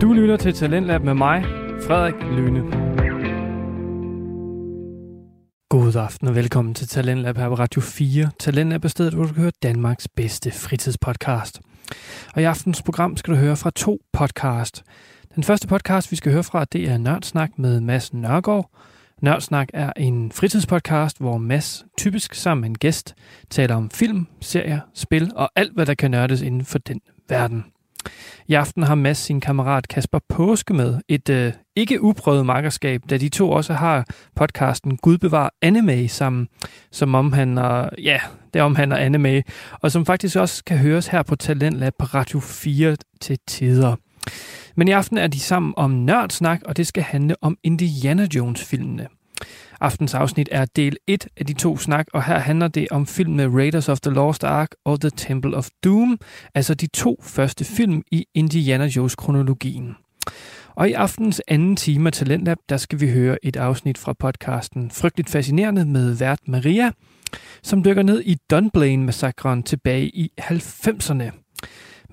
Du lytter til Talentlab med mig, Frederik Lyne. God aften og velkommen til Talentlab her på Radio 4. Talentlab er stedet, hvor du kan høre Danmarks bedste fritidspodcast. Og i aftens program skal du høre fra to podcast. Den første podcast, vi skal høre fra, det er Nørdsnak med Mads Nørgaard. Nørdsnak er en fritidspodcast, hvor Mads, typisk sammen med en gæst, taler om film, serier, spil og alt, hvad der kan nørdes inden for den verden. I aften har Mads sin kammerat Kasper Påske med, et øh, ikke uprøvet makkerskab, da de to også har podcasten Gud bevar anime sammen, som omhandler, ja, det omhandler anime, og som faktisk også kan høres her på Talentlab på Radio 4 til tider. Men i aften er de sammen om nørdsnak, og det skal handle om Indiana Jones-filmene. Aftens afsnit er del 1 af de to snak, og her handler det om filmene Raiders of the Lost Ark og The Temple of Doom, altså de to første film i Indiana Jones-kronologien. Og i aftens anden time af Talentlab, der skal vi høre et afsnit fra podcasten Frygteligt Fascinerende med vært Maria, som dykker ned i Dunblane-massakren tilbage i 90'erne.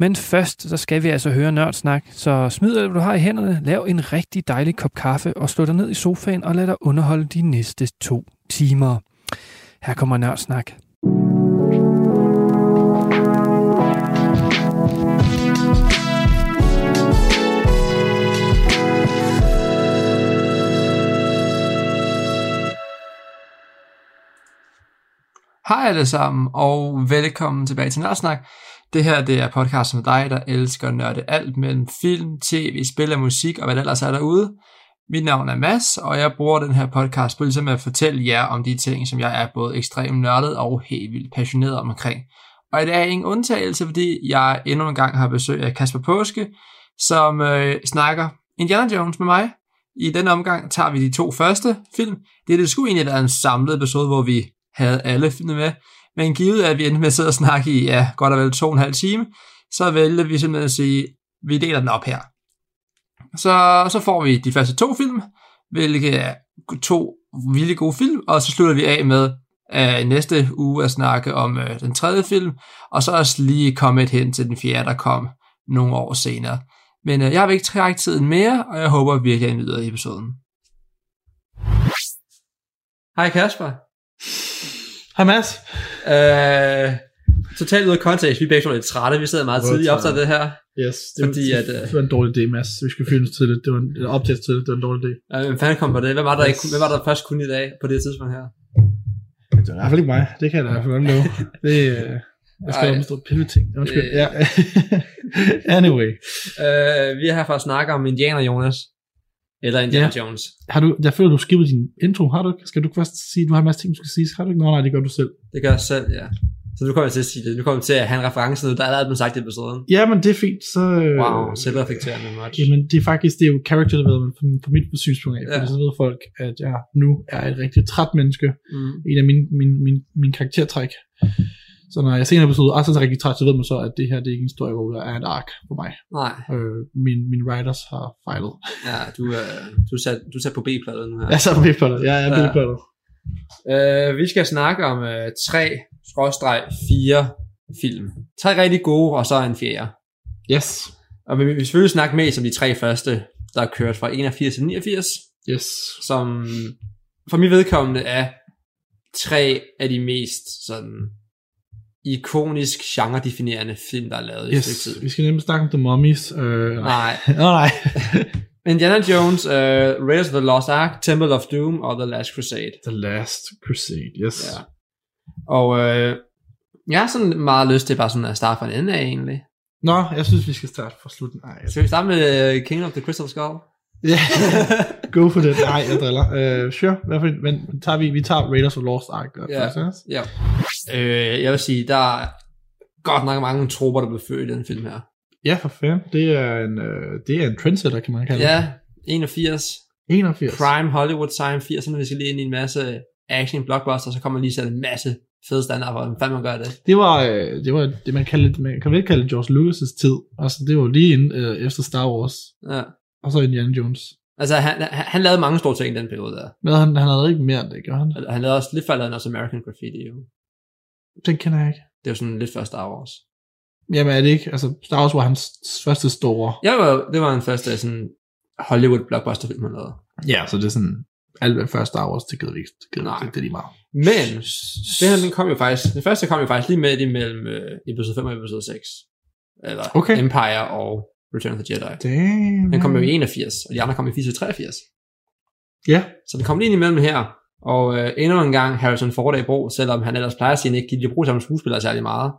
Men først, så skal vi altså høre nørdsnak, så smid alt, hvad du har i hænderne, lav en rigtig dejlig kop kaffe og slå dig ned i sofaen og lad dig underholde de næste to timer. Her kommer nørdsnak. Hej alle sammen, og velkommen tilbage til Nørdsnak. Det her det er podcasten med dig, der elsker at nørde alt mellem film, tv, spil og musik og hvad der ellers er derude. Mit navn er Mads, og jeg bruger den her podcast på ligesom at fortælle jer om de ting, som jeg er både ekstremt nørdet og helt vildt passioneret omkring. Og i dag er ingen undtagelse, fordi jeg endnu en gang har besøg af Kasper Påske, som øh, snakker Indiana Jones med mig. I den omgang tager vi de to første film. Det, det skulle egentlig være en samlet episode, hvor vi havde alle filmene med. Men givet at vi endte med at sidde og snakke i ja, godt og vel to og en halv time, så vælger vi simpelthen at sige, vi deler den op her. Så, så får vi de første to film, hvilket er to vildt gode film, og så slutter vi af med øh, næste uge at snakke om øh, den tredje film, og så også lige komme et hen til den fjerde, der kom nogle år senere. Men øh, jeg vil ikke trække tiden mere, og jeg håber virkelig, at I nyder episoden. Hej Kasper. Hej Mads. Øh, totalt ud af kontekst. Vi er begge to lidt trætte. Vi sidder meget Hvor tidligt i trætte. optaget det her. Yes, det, Fordi var, at, øh, det var en dårlig idé, Mads. Vi skal filmes til det. Det var en eller optages til det. Det var en dårlig idé. Øh, Hvem fanden kom på det? Hvem var der, ikke, Yes. hvem var der først kun i dag på det tidspunkt her? Det var i hvert fald ikke mig. Det kan jeg da i hvert fald godt love. Det, øh, jeg skal Ej. omstå pille ting. Undskyld. Øh. Ja. anyway. Øh, vi er her for at snakke om Indianer Jonas. Eller Indiana yeah. Jones. Har du, jeg føler, du skippede din intro. Har du ikke? Skal du ikke først sige, du har en masse ting, du skal sige? Har du ikke? Nå, nej, det gør du selv. Det gør jeg selv, ja. Så nu kommer jeg til at sige det. Nu kommer jeg til at have en reference nu. Der er allerede blevet sagt i episoden. Ja, men det er fint. Så, øh, Wow, selvreflekterende much. Jamen, det er faktisk, det er jo character development fra, fra mit synspunkt af, Ja. ja. fordi så ved folk, at jeg nu er et rigtig træt menneske, Mm. en af mine, mine, mine, mine karaktertræk. Så når jeg ser en episode, og så er jeg rigtig træt, så ved man så, at det her det er ikke en historie, hvor der er et ark for mig. Nej, Øh, min, min writers har fejlet. ja, du, øh, du, er sat, du er sat på B-pladen nu her. Jeg sad på bipollet. Jeg er Ja. bipollet. Øh, vi skal snakke om øh, tre, skråstreg, fire film. Tre rigtig gode, og så en fjerde. Yes. Og vi vi vil selvfølgelig snakke mest om de tre første, der er kørt fra 81 til 89, Yes. som for mit vedkommende er tre af de mest sådan ikonisk genre-definerende film, der er lavet yes. i et Yes. stykke tid. Vi skal nemlig snakke om The Mummies. Øh, nej. Nej. Oh, nej. Indiana Jones, uh, Raiders of the Lost Ark, Temple of Doom og The Last Crusade. The Last Crusade. Yes. Ja. Og øh, jeg har sådan meget lyst til bare sådan at starte fra en ende af egentlig. Nå, jeg synes, vi skal starte fra slutten. Nej. jeg- Skal vi starte med øh, Kingdom of the Crystal Skull? Ja. Go for det. Nej, jeg driller. Øh, sure. Hvad for, en- men tager vi, vi tager Raiders of Lost Ark. øh, Ja. først, yes? Ja. Øh, jeg vil sige, der er godt nok mange tropper, der blev født i den film her. Ja, for fanden. Det er en, øh, det er en trendsetter, kan man kalde det. Ja, 81. 81. Prime Hollywood time, 80'erne, vi skal lige ind i en masse action blockbuster, så kommer man lige sat en masse fede standarder for, hvordan fanden man gør det. Det var, øh, det var det, man, kaldte, man kan vel kalde George Lucas' tid. Altså, det var lige inden, øh, efter Star Wars, Ja. og så Indiana Jones. Altså, han, han, han lavede mange store ting i den periode der. Men han, han havde ikke mere end det, gjorde han? Og Han lavede også, lidt før lavede han også American Graffiti, jo. Den kender jeg ikke. Det var sådan lidt før Star Wars. Jamen er det ikke? Altså, Star Wars var hans første store. Jeg var, det var en første sådan Hollywood blockbusterfilm, han lavede. Ja, så det er sådan, alt hvad først Star Wars, det gider vi ikke. Det, gider vi Nej. ikke, det er lige meget. Men det her, den kom jo faktisk, den første kom jo faktisk lige midt imellem øh, episode 5 og episode 6. Eller Okay. okay. Empire og Return of the Jedi. Damn. Den kom jo i 81, og de andre kom i 80 og 83. Ja, Så den kom lige ind imellem her. Og øh, endnu en gang Harrison Ford er i brug, selvom han ellers plejer at sige, at han ikke gider bruge samme skuespillere særlig meget.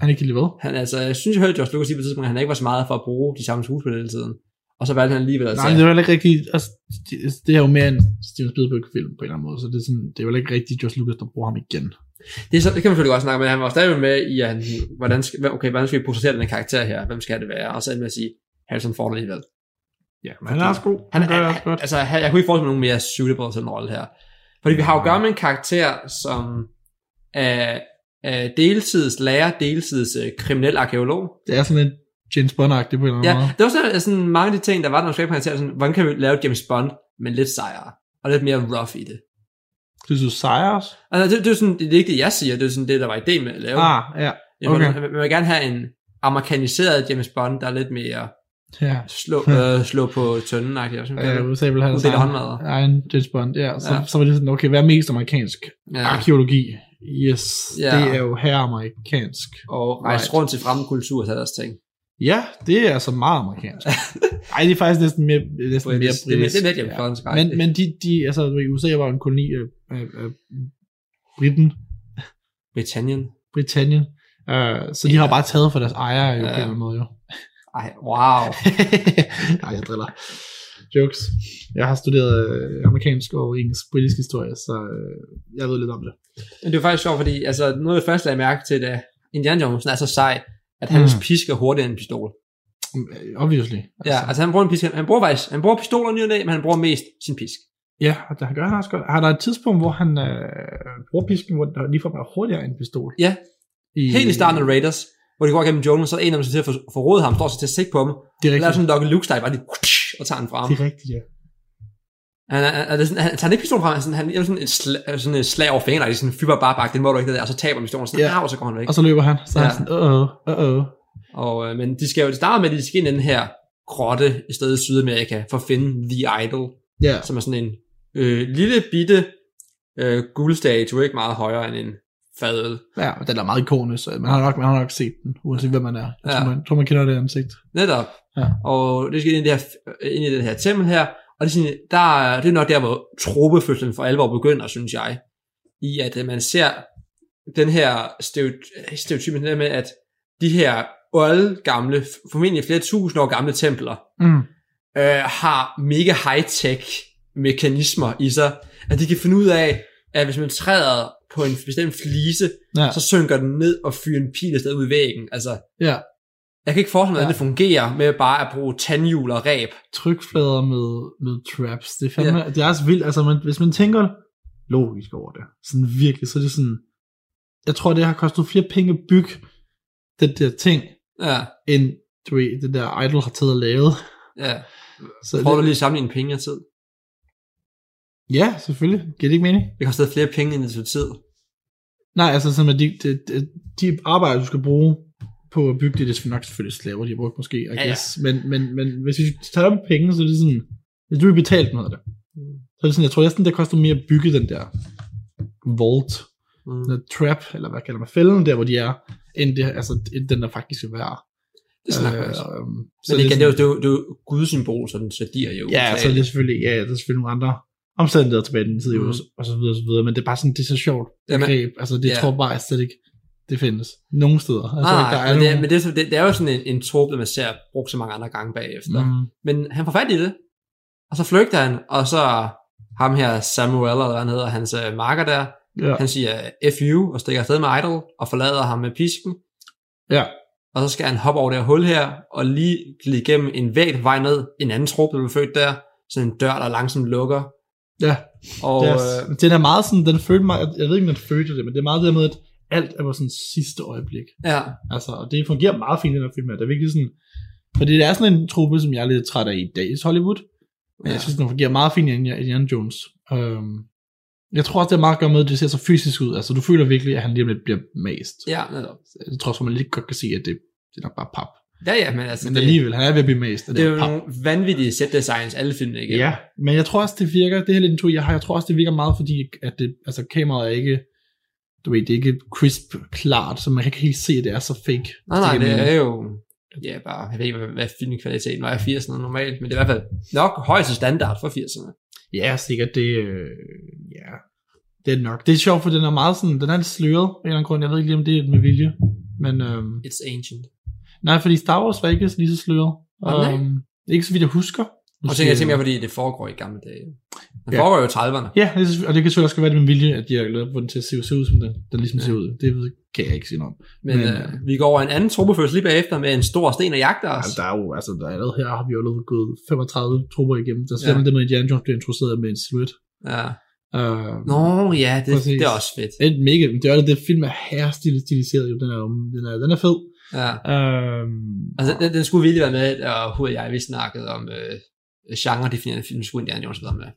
han er ikke lige ved. Han, altså, jeg synes, jeg hørte George Lucas sige på et tidspunkt, at han ikke var så meget for at bruge de samme skuespillere hele tiden. Og så valgte han alligevel at Nej, tage. det er jo heller ikke rigtig, altså, det, det er jo mere en Steven Spielberg-film på en eller anden måde, så det er, sådan, det er jo heller ikke rigtig George Lucas, der bruger ham igen. Det, er så, det kan man selvfølgelig godt snakke om, men han var stadigvæk med i, at han, hvordan, skal, okay, hvordan skal vi portrættere den her karakter her? Hvem skal det være? Og så endte med at sige, Harrison Ford alligevel. Ja, men han er også god. Han, gør han, det han, altså, han, jeg kunne ikke forestille mig nogen mere suitable til den rolle her. Fordi vi har jo at gøre med en karakter, som er, er deltids lærer, deltids øh, kriminel arkeolog. Det er sådan lidt James Bond-agtigt på en eller anden Ja, måde. det var sådan, sådan mange af de ting, der var, når man skrev karakterer, sådan, hvordan kan vi lave James Bond, men lidt sejere, og lidt mere rough i det. Synes du Cyrus? Altså, det, det, er jo sådan, det er ikke det, jeg siger, det er sådan det, der var idé med at lave. Ah, ja. Jeg vil- okay. Man, man vil gerne have en amerikaniseret James Bond, der er lidt mere Ja. slå, øh, slå på tønden. Jeg, synes, Øh, USA vil Uddele have deres egen, håndmadder. egen James Bond. Ja, så, Ja. så var det sådan, okay, hvad er mest amerikansk? ja. Arkeologi. Yes, Ja. det er jo her amerikansk. Og rejse Right. rundt til fremmede kultur og tage deres ting. Ja, det er altså meget amerikansk. Nej, det er faktisk næsten mere næsten Britisk. mere Det er- britisk. det er lidt James Bond, Men, faktisk. men de, de, altså, du ved, USA var jo en koloni af, af, af Briten, Britannien. Britannien. Uh, så de har bare taget for deres ejere jo, på en eller anden måde. Jo. Ej, wow. Nej, jeg driller. Jokes. Jeg har studeret øh, amerikansk og engelsk britisk historie, så øh, jeg ved lidt om det. Men det var faktisk sjovt, fordi altså, noget af det første, jeg mærkede til, da Indiana Jones er så sej, at hans Mm. mm. pisk er hurtigere end en pistol. Mm, Obviously. Ja, altså, altså han bruger en pisk. Han bruger faktisk, han bruger pistoler ny og næ, men han bruger mest sin pisk. ja og der gør han også godt. Har der et tidspunkt, hvor han øh, bruger pisken, hvor der ligefrem er hurtigere end en pistol? Ja. Helt i starten af Raiders, hvor de går gennem junglen, så er der en af dem, som til at for- forråde ham, står så til at sigte på ham, Det er Eller rigtigt. sådan en Lucky Luke style, bare lige og tager den frem. Det er rigtigt, ja. Han, han, han, han, han tager den ikke pistolen frem, han, sådan- han giver sådan et, sla, sådan et slag over fingrene, og de sådan fyber bare bak, den må du ikke det der, og så taber han pistolen, sådan, Ja. ja. og så går han væk. Og så løber han, så ja. er han Ja. sådan, øh, øh, øh. Og, øh, men de skal jo starte med, at de skal ind i den her grotte i stedet i Sydamerika, for at finde The Idol, Ja, som er sådan en øh, lille bitte øh, guldstatue, ikke meget højere end en fadøl. ja og den er meget ikonisk, så øh, man har nok, man har nok set den, uanset hvem man er. Jeg Ja. tror, man, tror, man kender det ansigt. Netop. Ja. Og det skal ind i, det her, ind i den her tempel her, og det er, sådan, der, er- det er nok der, hvor tropefødslen for alvor begynder, synes jeg, i at øh, man ser den her stereoty- stereotype den der med, at de her old gamle, formentlig flere tusind år gamle templer, Mm. øh, har mega high-tech mekanismer i sig, at de kan finde ud af, at hvis man træder på en bestemt flise, Ja. så synker den ned og fyrer en pil afsted ud i væggen. Altså, ja. jeg kan ikke forestille mig, hvordan Ja. det fungerer med bare at bruge tandhjul og ræb. trykflader med, med traps. Det er, fandme, det er også vildt. Altså, man, hvis man tænker logisk over det, sådan virkelig, så er det sådan, jeg tror, det har kostet flere penge at bygge den der ting, Ja, end du ved, det der Idol har taget og lavet. ja. Så Prøv du det, lige at sammenligne penge og tid. ja, selvfølgelig. Giver det ikke mening? Det koster flere penge end det tog tid. Nej, altså sådan, at de, de, de, de arbejder, du skal bruge på at bygge det, det er nok selvfølgelig slaver, de har brugt måske, I ja. guess. Men, men, men hvis vi tager op penge, så er det sådan, hvis du vil betale noget af det, Mm. så er det sådan, jeg tror næsten, det koster mere at bygge den der vault, Mm. den der trap, eller hvad kalder man fælden, der hvor de er, end det, altså, end den der faktisk er værd. Det snakker øh, også. øhm, Så det, igen, det, er sådan- jo, det, er jo, det er jo gudsymbol, så den satirer jo. Ja, så er det selvfølgelig, ja, der er selvfølgelig nogle andre omstændigheder tilbage i den tid, Mhm. mm. og så videre, og så videre, men det er bare sådan, det er så sjovt Ja, men- begreb, altså Ja. det yeah. tror jeg bare slet ikke, det findes nogen steder. Jeg tror Nej, ikke, der men, det, er- nogen- men det, er så- det, det, er jo sådan en, en trope, der man ser brugt så mange andre gange bagefter. Mm. Mm. Men han får fat i det, og så flygter han, og så ham her Samuel, eller hvad han hedder, hans øh, marker der, Ja. han siger FU, og stikker afsted med Idol, og forlader ham med pisken, ja, og så skal han hoppe over det her hul her, og lige glide igennem en væg på vej ned, en anden trup, der blev født der, sådan en dør, der langsomt lukker, ja. og Og, yes. øh, yes. Den er meget sådan, den følte mig, jeg ved ikke, om den følte det, men det er meget det der med, at alt er på sådan sidste øjeblik. ja, Altså, og det fungerer meget fint, den her film her. Det er virkelig sådan... Fordi det er sådan en truppe, som jeg er lidt træt af i dagens Hollywood. Men ja. jeg Ja. synes, den fungerer meget fint i Indiana- Indiana Jones. Øhm, jeg tror også, det er meget at gøre med, at det ser så fysisk ud. Altså, du føler virkelig, at han lige om lidt bliver mast. ja, netop. Jeg tror, at man lidt godt kan se, at det det er nok bare pap. Ja, ja, men altså, Men det, alligevel, han er ved at blive mest, og det, det, er det jo er pap. nogle vanvittige set designs, alle filmene igennem. Ja, men jeg tror også, det virker, det her lidt en tur, jeg har, jeg tror også, det virker meget, fordi at det, altså, kameraet er ikke, du ved, det er ikke crisp klart, så man kan ikke helt se, at det er så fake. Nej, nej, giver det mening. er jo... Ja, bare, jeg ved ikke, hvad, hvad filmkvaliteten var i 80'erne normalt, men det er i hvert fald nok højeste standard for 80'erne. Ja, sikkert, det, øh, ja, det er det nok. Det er sjovt, for den er meget sådan, den er lidt sløret, af en eller anden grund, jeg ved ikke lige, om det er med vilje, men, øhm, It's ancient. nej, fordi Star Wars var ikke lige så sløret. Nå, nej. Øhm, ikke så vidt, jeg husker. Nu Og så siger jeg tænker, fordi det foregår i gamle dage. Det Ja. foregår jo i 30'erne. Ja, det er, og det kan selvfølgelig også være det med vilje, at de har lavet på den til at se, se ud, som den, den ligesom ser ud. Det ved, kan jeg ikke sige noget om. Men, Men, men øh, vi går over en anden truppeførsel lige bagefter med en stor sten og jagter os. Altså, der er jo, altså, der er allerede her, har vi jo allerede gået 35 trupper igennem. Der er selv Ja. ja. det med, at Indiana Jones bliver introduceret med en silhouette. Ja. Uh, Nå ja, det, Præcis. det er også fedt. Det er mega, det er jo det, film er her stiliseret, jo, den er, jo- den er, den er fed. Ja. Uh, Altså, den, den skulle virkelig være med, og Hu og jeg, vi snakkede om øh, genre-definerende film, skulle Indiana Jones være med.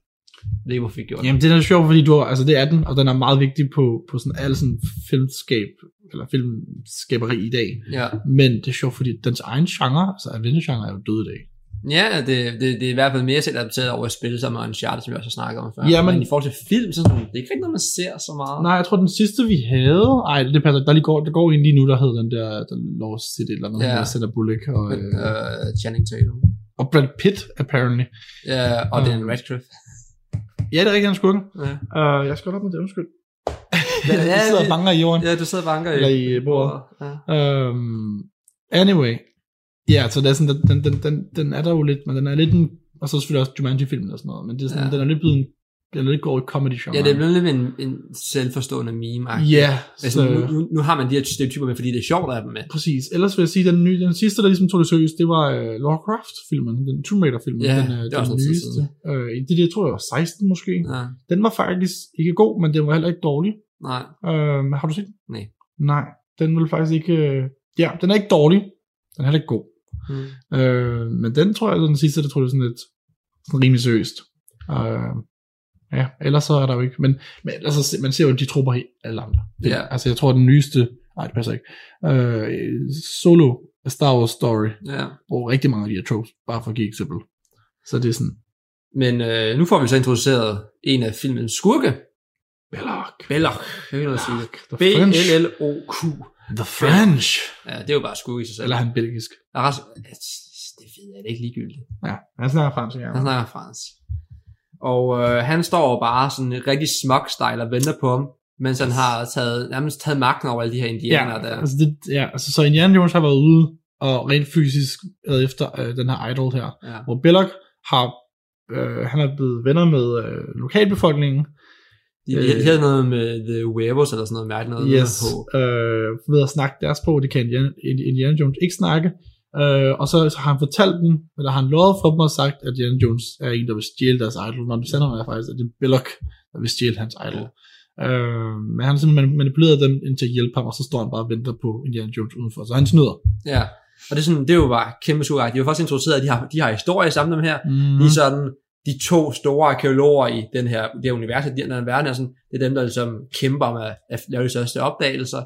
Det er hvorfor vi gjorde det. jamen, det er da sjovt, fordi du har, altså, det er den, og den er meget vigtig på, på sådan al sådan filmskab, eller filmskaberi i dag. Ja, Men det er sjovt, fordi dens egen genre, altså adventure-genre, er jo død i dag. ja det, det, det, er i hvert fald mere selv adapteret over et spil, som er en chart, som vi også har snakket om før. Ja, men- men i forhold til film, så er sådan, det er ikke rigtig noget, man ser så meget. Nej, jeg tror, den sidste, vi havde, ej, det passer, der lige går, der går en lige nu, der hedder den der, der Lost City, eller noget, Ja. ja. der Sandra Bullock, og, Men, øh, øh, Channing Tatum. Og Brad Pitt, apparently. Ja, og Mm. den Radcliffe. Ja, det er rigtigt, han skurken. Ja. Uh, jeg skal op med det, undskyld. Ja, Ja, jeg sidder det- og banker i jorden. ja, du sidder og banker Eller i, øh, bordet. Ja. Um, anyway. Ja, så det er sådan, den, den, den, den er der jo lidt, men den er lidt en, og så selvfølgelig også Jumanji-filmen og sådan noget, men det er sådan, Ja. ja. den er lidt blevet en, den er lidt gået i comedy genre. ja, det er blevet lidt en, en selvforstående meme Ja, Altså, så, nu, nu, nu, har man de her stereotyper med, fordi det er sjovt at have dem med. præcis. Ellers vil jeg sige, den, nye, den sidste, der ligesom tog det seriøst, det var uh, Lara Croft-filmen, den Tomb Raider-filmen, Ja, den, øh, det er den også noget tid nyeste. Uh, det, det, jeg tror, jeg var 16 måske. Ja. Ja, Den var faktisk ikke god, men den var heller ikke dårlig. nej. Øhm, har du set den? Nej. Nej, den vil faktisk ikke... Øh... Ja, den er ikke dårlig. Den er heller ikke god. Mm. Øh, men den tror jeg, den sidste, der tror jeg sådan lidt sådan rimelig seriøst. Øh, ja, ellers så er der jo ikke... Men, men ellers, så se- man ser jo de trupper i alle andre. film. Ja. Altså jeg tror, den nyeste... Nej, det passer ikke. Øh, solo A Star Wars Story, Ja. hvor rigtig mange af de her tropes, bare for at give et eksempel. Så det er sådan... Men øh, nu får vi så introduceret en af filmens skurke. Belloc. Belloc. Jeg vil sige det. The French. B-L-L-O-Q. The French. Ja, det er jo bare skurke i sig selv. Eller er han belgisk. Og resten, Ja, det ved jeg det er ikke ligegyldigt. Ja, han snakker fransk. Ja. Han snakker fransk. Og øh, han står bare sådan rigtig smuk style og venter på ham, mens han har taget, nærmest taget magten over alle de her indianere der. Altså det, ja, altså så Indiana Jones har været ude og rent fysisk været efter øh, den her idol her, Ja. hvor Belloc har øh, han er blevet venner med øh, lokalbefolkningen. De, de, de havde noget med The Werewolves eller sådan noget mærkeligt noget. Øh. yes, På. øh, ved at snakke deres sprog, det kan Indiana, Indiana Jones ikke snakke. Øh, og så har han fortalt dem, eller har han lovet for dem og sagt, at Indiana Jones er en, der vil stjæle deres idol, når det sandheden er faktisk, at det er Belloc, der vil stjæle hans idol. Øh, men han har simpelthen manipuleret dem ind til at hjælpe ham, og så står han bare og venter på Indiana Jones udenfor. Så han snyder. Ja. Og det er, sådan, det er jo bare kæmpe skurke. De har først introduceret, at de har, de har historie sammen med dem her. Mm. Lige sådan, de to store arkeologer i den her, det her univers, i den her verden, er sådan, det er dem, der ligesom kæmper med at, at lave de største opdagelser.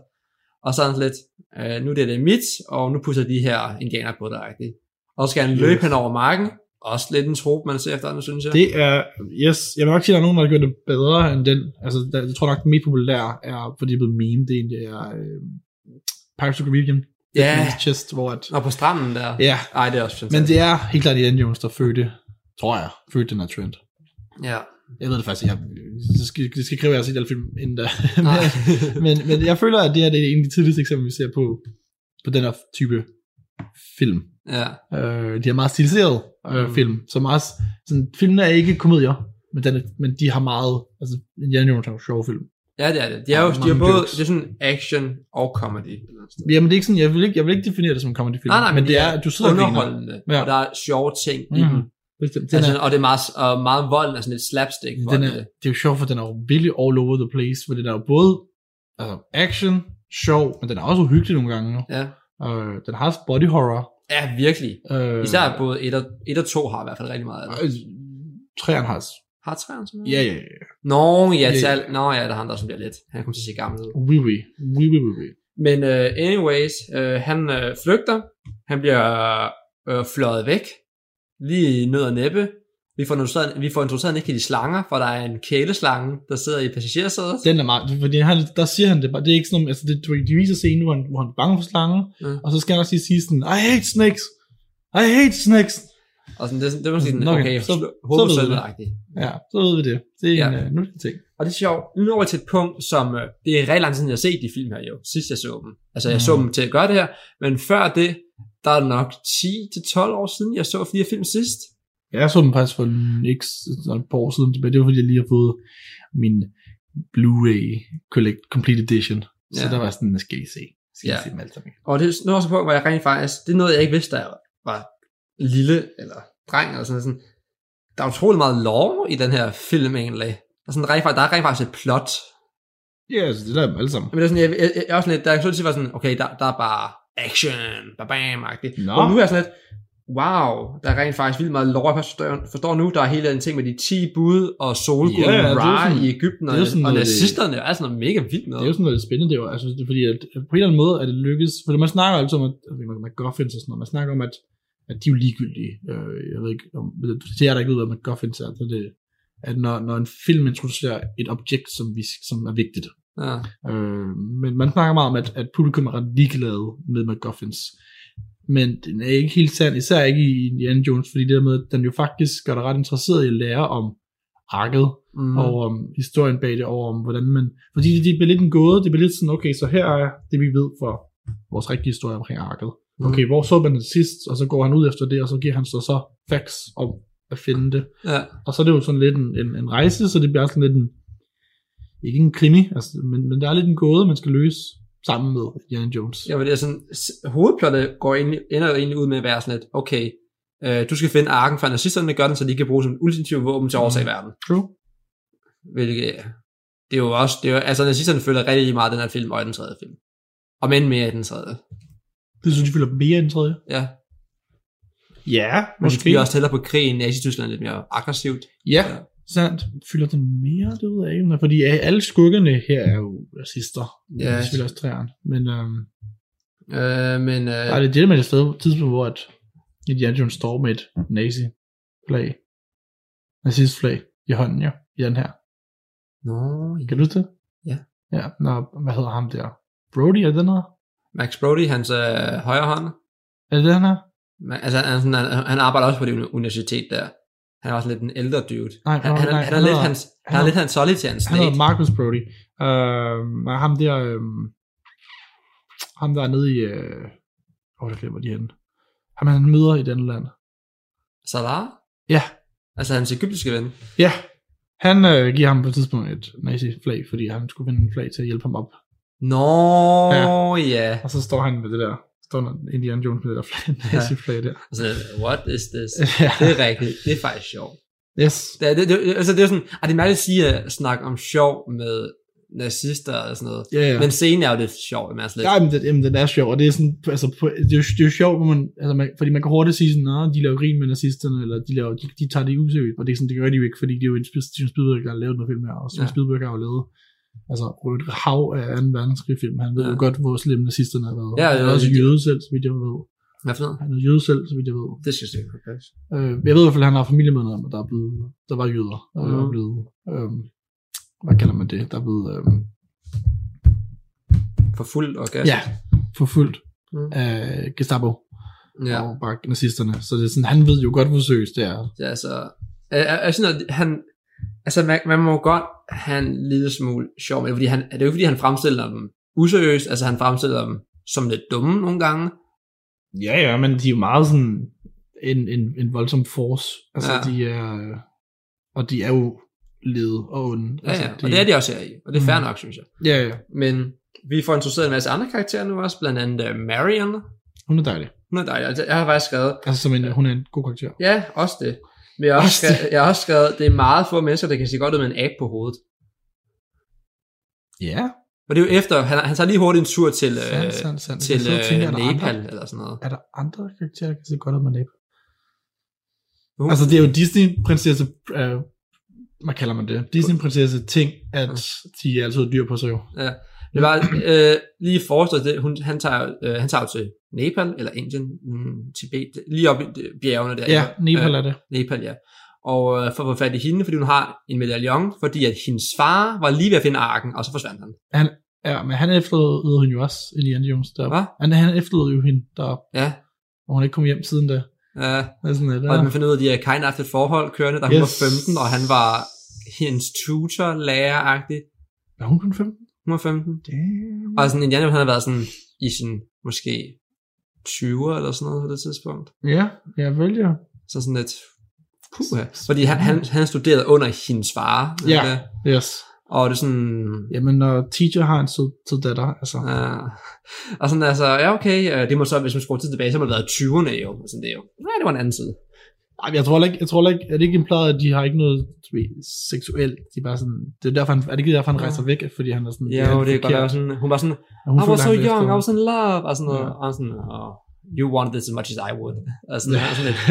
Og sådan lidt, øh, nu er det mit, og nu pusser de her indianer på dig. Ikke? Og så skal han løbe Yes. hen over marken. Også lidt en trope, man ser efter den, synes jeg. Det er, yes, jeg vil nok sige, at der er nogen, der har gjort det bedre end den. Altså, der, jeg tror nok, den mest populære er, fordi det er blevet meme, det er en, der er øh, Pirates of the Caribbean. ja, Man's Chest, hvor at, og på stranden der. ja, Ej, det er også fantastisk. men det er helt klart Indiana Jones, der fødte, tror jeg, fødte den her trend. Ja. Jeg ved det faktisk, jeg, det skal, det skal kræve, at jeg har set alle film inden da. men, Nej. men, men jeg føler, at det her det er en af de tidligste eksempler, vi ser på, på den her type film. ja. Øh, de er meget stiliseret øh, Mm. mm. film, som også, sådan, filmene er ikke komedier, men, den er, men de har meget, altså Indiana Jones er jo sjov film. Ja, det er det. De er Og jo de er mange både jokes. det er sådan action og comedy. Eller sådan. Jamen det er ikke sådan, jeg vil ikke, jeg vil ikke definere det som en comedy film, Nej, nej, men men det de er, er at du sidder og griner. underholdende, ja. Ja. og der er sjove ting mm. i Mhm. den. Bestemt. Den, Altså, er, og det er meget, og meget vold, er sådan lidt slapstick. den vold er, i det. det er jo sjovt, for den er jo virkelig all over the place, for den er jo både altså, action, sjov, men den er også uhyggelig nogle gange. Ja. Øh, den har også body horror. ja, virkelig. Øh, Især både 1 og, et og 2 har i hvert fald rigtig meget af det. øh, Træerne har også. Har træerne sådan Ja, ja, ja. Nå, ja, Ja. tal. Nå, ja, der er ham der, som bliver lidt. Han kommer til at se gammel ud. Oui, oui. Oui, oui, oui, oui. Men uh, anyways, uh, han uh, flygter. Han bliver uh, fløjet væk. Lige i nød og næppe. Vi får, introduceret, vi får introduceret ikke de slanger, for der er en kæleslange, der sidder i passagersædet. Den er meget, fordi han, der siger han det bare, det er ikke sådan, altså det, du- de viser scenen, hvor han, hvor han er bange for slangen, Mm. og så skal han også lige sige sådan, I hate snakes, I hate snakes. Og sådan, det, er sådan- det var sådan, Nå, okay, okay, så- så hovedsølvagtigt. Ja, så ved vi det. Det er en Ja. uh, nyttig ting. Og det er sjovt. Nu over til et punkt, som øh, det er rigtig lang tid, siden, jeg har set de film her jo. Sidst jeg så dem. Altså jeg så Mm. dem til at gøre det her. Men før det, der er nok 10-12 år siden, jeg så fire film sidst. Ja, Jeg så den faktisk for en- ikke så et par år siden tilbage. Det var fordi, jeg lige har fået min Blu-ray Collect Complete Edition. Så Ja. der var sådan, jeg skal lige se. Jeg Skal lige Ja. se dem alle sammen. Og det er noget på, hvor jeg rent faktisk, det er noget, jeg ikke vidste, da jeg var lille eller dreng eller sådan sådan. Der er utrolig meget lore i den her film egentlig. Og sådan, rent faktisk, der er rent faktisk et plot. Ja, altså det der er dem alle sammen. Men det er sådan, jeg, jeg, jeg, er også sådan lidt, der jeg så til var sådan, okay, der, der er bare action, bam agtigt Nå. Og nu er jeg sådan lidt, wow, der er rent faktisk vildt meget lore. Jeg forstår, forstår nu, der er hele den ting med de 10 bud og solguden Ja, ja, det yeah, er Ra sådan- i Ægypten og, det er sådan og noget- nazisterne. Det er sådan noget mega vildt noget. Det er jo sådan noget lidt spændende, det er jo, altså, det er fordi, at på en eller anden måde er det lykkedes, for man snakker altid om, at altså, man, man og sådan noget, man snakker om, at, at de er jo ligegyldige. Øh, jeg ved ikke, om, til jer, der ikke ved, hvad MacGuffins er, så er det, at når, når en film introducerer et objekt, som, vi, som er vigtigt, ja. øh, men man snakker meget om, at, at publikum er ret ligeglade med MacGuffins, men den er ikke helt sand, især ikke i Indiana Jones, fordi det der med, at den jo faktisk gør dig ret interesseret i at lære om arket, Mm. mm. og om historien bag det, og om hvordan man... Fordi det, det bliver lidt en gåde, det bliver lidt sådan, okay, så her er det, vi ved for vores rigtige historie omkring arket. Okay, hvor så man det sidst, og så går han ud efter det, og så giver han så så facts om at finde det. ja. Og så er det jo sådan lidt en, en, en rejse, så det bliver sådan lidt en... Ikke en krimi, altså, men, men der er lidt en gåde, man skal løse sammen med Jan Jones. Ja, men det er sådan, s- hovedplottet går egentlig, ender jo egentlig ud med at være sådan lidt, okay, øh, du skal finde arken fra nazisterne, gør den, så de kan bruge som ultimative våben til at overtage Mm. verden. True. Hvilket, øh, det er jo også, det er jo, altså nazisterne følger rigtig meget den her film, og i den tredje film. Og men mere i den tredje. Det synes jeg fylder mere end tredje. Ja, Ja, men vi også tæller på krigen, i Tyskland lidt mere aggressivt. Ja, sandt. Fylder den mere, det ved jeg ikke. men Fordi alle skuggerne her er jo racister. Ja. Ja. Det er selvfølgelig også træerne. Men øhm, Øh, men, øh, ja. er det det med det sted, tidspunkt, hvor at Indiana Jones står med et nazi-flag, nazist-flag i hånden, ja, i den her. nå, ja. Kan du huske det? Ja. Ja, når, hvad hedder ham der? Brody, er det den her? Max Brody, hans øh, højre hånd, Er det den her? men, altså, han, er sådan, han, han arbejder også på det uni- universitet der. Han er også lidt en ældre dude. Nej, Han, han, er- han, er lidt hans, han er han- lidt hans solitæren Han snake. hedder Marcus Brody. Øhm, og ham der, øhm, ham der er nede i, øh, åh, jeg glemmer de henne. Ham han møder i den land. Salah? Ja. Altså hans egyptiske ven. Ja, han øh, giver ham på et tidspunkt et nazi-flag, fordi han skulle finde en flag til at hjælpe ham op. Nå, ja. Ja. ja. Og så står han med det der, står der Indiana Jones med det der flag, nazi-flag der. Altså, what is this? Ja. Det er rigtigt. Det er faktisk sjovt. Yes. Det er, det, det, altså, det er sådan, at det er mærkeligt at sige at snakke om sjov med nazister og sådan noget. Ja, Ja. ja. Men scenen er jo lidt sjov, men altså lidt. Ja, men det, jamen, den er sjov, og det er sådan, altså, på- det er jo, det er jo sjovt, hvor man, altså, man, fordi man kan hurtigt sige sådan, nej, de laver grin med nazisterne, eller de, laver, de, de tager det useriøst, og det er sådan, det gør de jo ikke, fordi det er jo en Sp- Steven Spielberg, der har lavet den her film her, og Steven Ja. ja. Spielberg har jo lavet, altså, et hav af 2. verdenskrig film, han ved Ja. jo godt, hvor slemme nazisterne har været. Ja, han ja, er også det- jøde selv, så vidt jeg ved. Hvad for noget? Han er jøde selv, så vidt jeg ved. Det skal jeg se. Okay. Øh, jeg ved i hvert fald, at han har familiemedlemmer, der, er blevet, der var jøder, og Mhm. mm. er blevet, øh, hvad kalder man det, der er blevet, øh, For fuld og gas. ja, forfulgt Mm. af Gestapo. ja. Mhm. ja. og bare nazisterne. Så det er sådan, han ved jo godt, hvor seriøst det er. Det er altså, øh, øh, altså noget, han, altså man, man må godt have en lille smule sjov med det, fordi han, det er jo ikke, fordi han fremstiller dem useriøst, altså han fremstiller dem som lidt dumme nogle gange. Ja, ja, men de er jo meget sådan en, en, en voldsom force. Altså, Ja. ja. de er... Og de er jo lede og onde. Ja, altså, ja, og det er de også her i, og det er fair Mm. nok, synes jeg. Ja, ja, Men vi får introduceret en masse andre karakterer nu også, blandt andet øh, Marion. hun er dejlig. Hun er dejlig, altså, jeg har faktisk skrevet, Altså, som en, hun er en god karakter. ja, også det. Men jeg har også Også det. skrevet, jeg har også skrevet det er meget få mennesker, der kan se godt ud med en abe på hovedet. Ja, Og det er jo efter, han, han tager lige hurtigt en tur til, øh, sandt, sandt, sandt. til Jeg sidder og tænker, øh, er der Nepal Andre, eller sådan noget. er der andre karakterer, der kan se godt ud med Nepal? Hun- Altså, det er jo Disney-prinsesse... Øh, hvad kalder man det? Disney-prinsesse ting, at de er altid dyr på sig jo. Ja. Det var øh, lige forestillet det, hun, han, tager, øh, han tager jo til Nepal, eller Indien, mm, Tibet, lige op i øh, bjergene der. Ja, Nepal Øh, er det. Nepal, ja. Og øh, for at få fat i hende, fordi hun har en medaljon, fordi at hendes far var lige ved at finde arken, og så forsvandt han. Ja, men han efterlod hende jo også, Indiana Jones, deroppe. Hvad? Han, han efterlod jo hende deroppe, Ja. og hun er ikke kommet hjem siden da. Øh, Det er sådan, at, og man finder ud af, at de har kind haft et forhold kørende, da hun Yes. var 15, og han var hendes tutor, lærer -agtig. Er hun kun 15? Hun var 15. Damn. Og sådan, Indiana, han havde været sådan i sin måske 20'er eller sådan noget på det tidspunkt. Ja, ja, vel ja. Så sådan lidt, puha. Fordi han, han, han studerede under hendes far. ved Ja. du det? Yes. Og det er sådan, Jamen, når teacher har en sød, sød datter, altså. Ja. Uh, og sådan altså, ja okay, øh, det må så, hvis man skruer tid tilbage, så må det have været 20'erne jo. Og Sådan det er jo. Nej, det var en anden side. Ej, men jeg tror heller ikke, jeg tror heller ikke, er det ikke impleret, at de har ikke noget du ved, seksuelt? De er bare sådan, det er derfor, han, er det ikke derfor, han Ja. rejser væk, fordi han er sådan, Ja, jo, det kan godt være sådan, hun var sådan, I was so young, I was in love, og sådan noget. Ja. Og han sådan, oh, you wanted this as much as I would. Og sådan, Ja. og sådan lidt.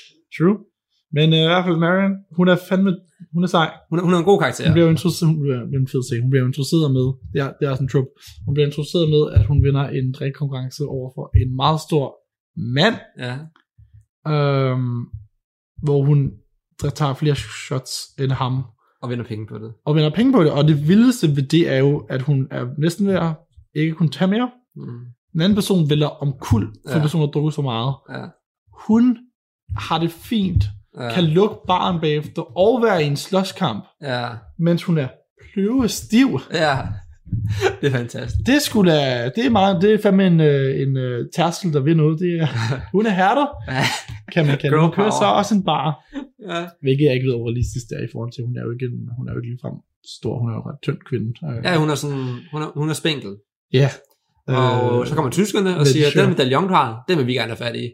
True. Men øh, i hvert fald Marion, hun er fandme, hun er sej. Hun, er- hun er en god karakter. Hun bliver jo introduceret, hun bliver, det er en fed scene, hun bliver jo introduceret med, det er, det er sådan en trope, hun bliver introduceret med, at hun vinder en drikkonkurrence over for en meget stor mand, Ja. øhm, hvor hun der tager flere shots end ham, Og vinder penge på det. og vinder penge på det, og det vildeste ved det er jo, at hun er næsten ved at ikke kunne tage mere. Mm. Den anden person vælger om kul, for Ja. ja. personen har drukket for meget. Ja. Hun har det fint, Ja. kan lukke baren bagefter og være i en slåskamp, ja. mens hun er pløvestiv. Ja. Det er fantastisk. Det skulle da, det er meget, det er fandme en, øh, en uh, tærskel, der vil noget. Det er, hun er herter, Ja. kan man kalde Girl Hun kører power. så også en bar, ja. hvilket jeg ikke ved, hvor realistisk det er i forhold til, hun er jo ikke, en, hun er jo ikke ligefrem stor, hun er jo en ret tynd kvinde. Øh, Ja, hun er sådan, hun er, hun er spinkel. ja. Og øh, så kommer tyskerne og men siger, de den søger- medaljon, du har, den vil vi gerne have fat i.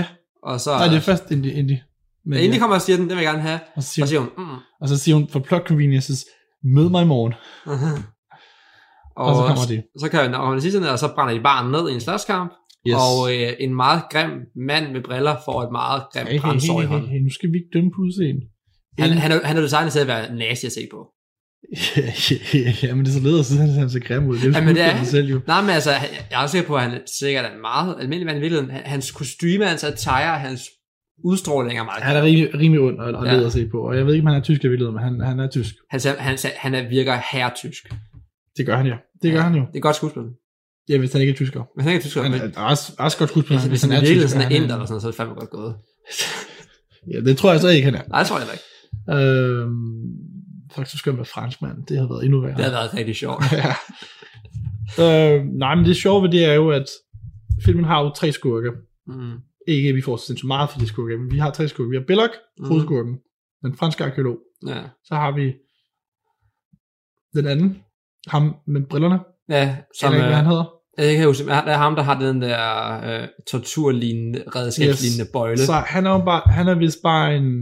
Ja. Og så, Nej, det er først Indy. Indy. Men Indy kommer og siger den, den vil jeg gerne have. og, så Og siger, så siger hun, mm. og så siger hun, for plot conveniences, mød mig i morgen. og, Og, så kommer de. så kører når hun sidste ned, og så brænder de barnet ned i en slåskamp. Yes. Og øh, en meget grim mand med briller får et meget grimt hey, hey, hey, brændsår i hey, hey, hånden. hey, nu skal vi ikke dømme på udseendet. Han, Inden- han, er- han er designet til at være nazi at se på. Ja, ja, ja, men det er så leder, så han han ser grim ud. Det er jo Jamen, det er skuespilleren selv jo. Nej, men altså, han- jeg er også sikker på, at han sikkert er en meget almindelig mand i virkeligheden. Han- Hans kostyme, hans attire, hans udstråling er meget Han er rimelig, rimelig ond og, og Ja. led at se på, og jeg ved ikke, om han er tysk, jeg ved, men han, han er tysk. Han, ser- han, ser- han er, virker herretysk. Det gør han ja. Det gør Ja. han jo. Det er et godt skuespil. Ja, hvis han ikke er tysker. Hvis han ikke er tysker, Han men er er også, også godt skuespiller, hvis, hvis han er er virkelig tysker, sådan er han ind eller sådan noget, så er det fandme godt gået. Ja, det tror jeg så ikke, han er. Nej, det tror jeg heller ikke. Øhm, fuck, så skal han være franskmand. Det havde været endnu værre. Det har været rigtig sjovt. ja. øhm, nej, men det sjove ved det er jo, at filmen har jo tre skurke. Mm. Ikke, at vi får så meget for de skurke, men vi har tre skurke. Vi har Belloc, Mhm. hovedskurken, den franske arkeolog. Ja. Så har vi den anden, ham med brillerne. ja, Som, som, ikke, hvad øh, han hedder. jeg kan huske, men han- det er ham, der har den der øh, torturlignende, redskabslignende yes. bøjle. Så han er, jo bare, han er vist bare en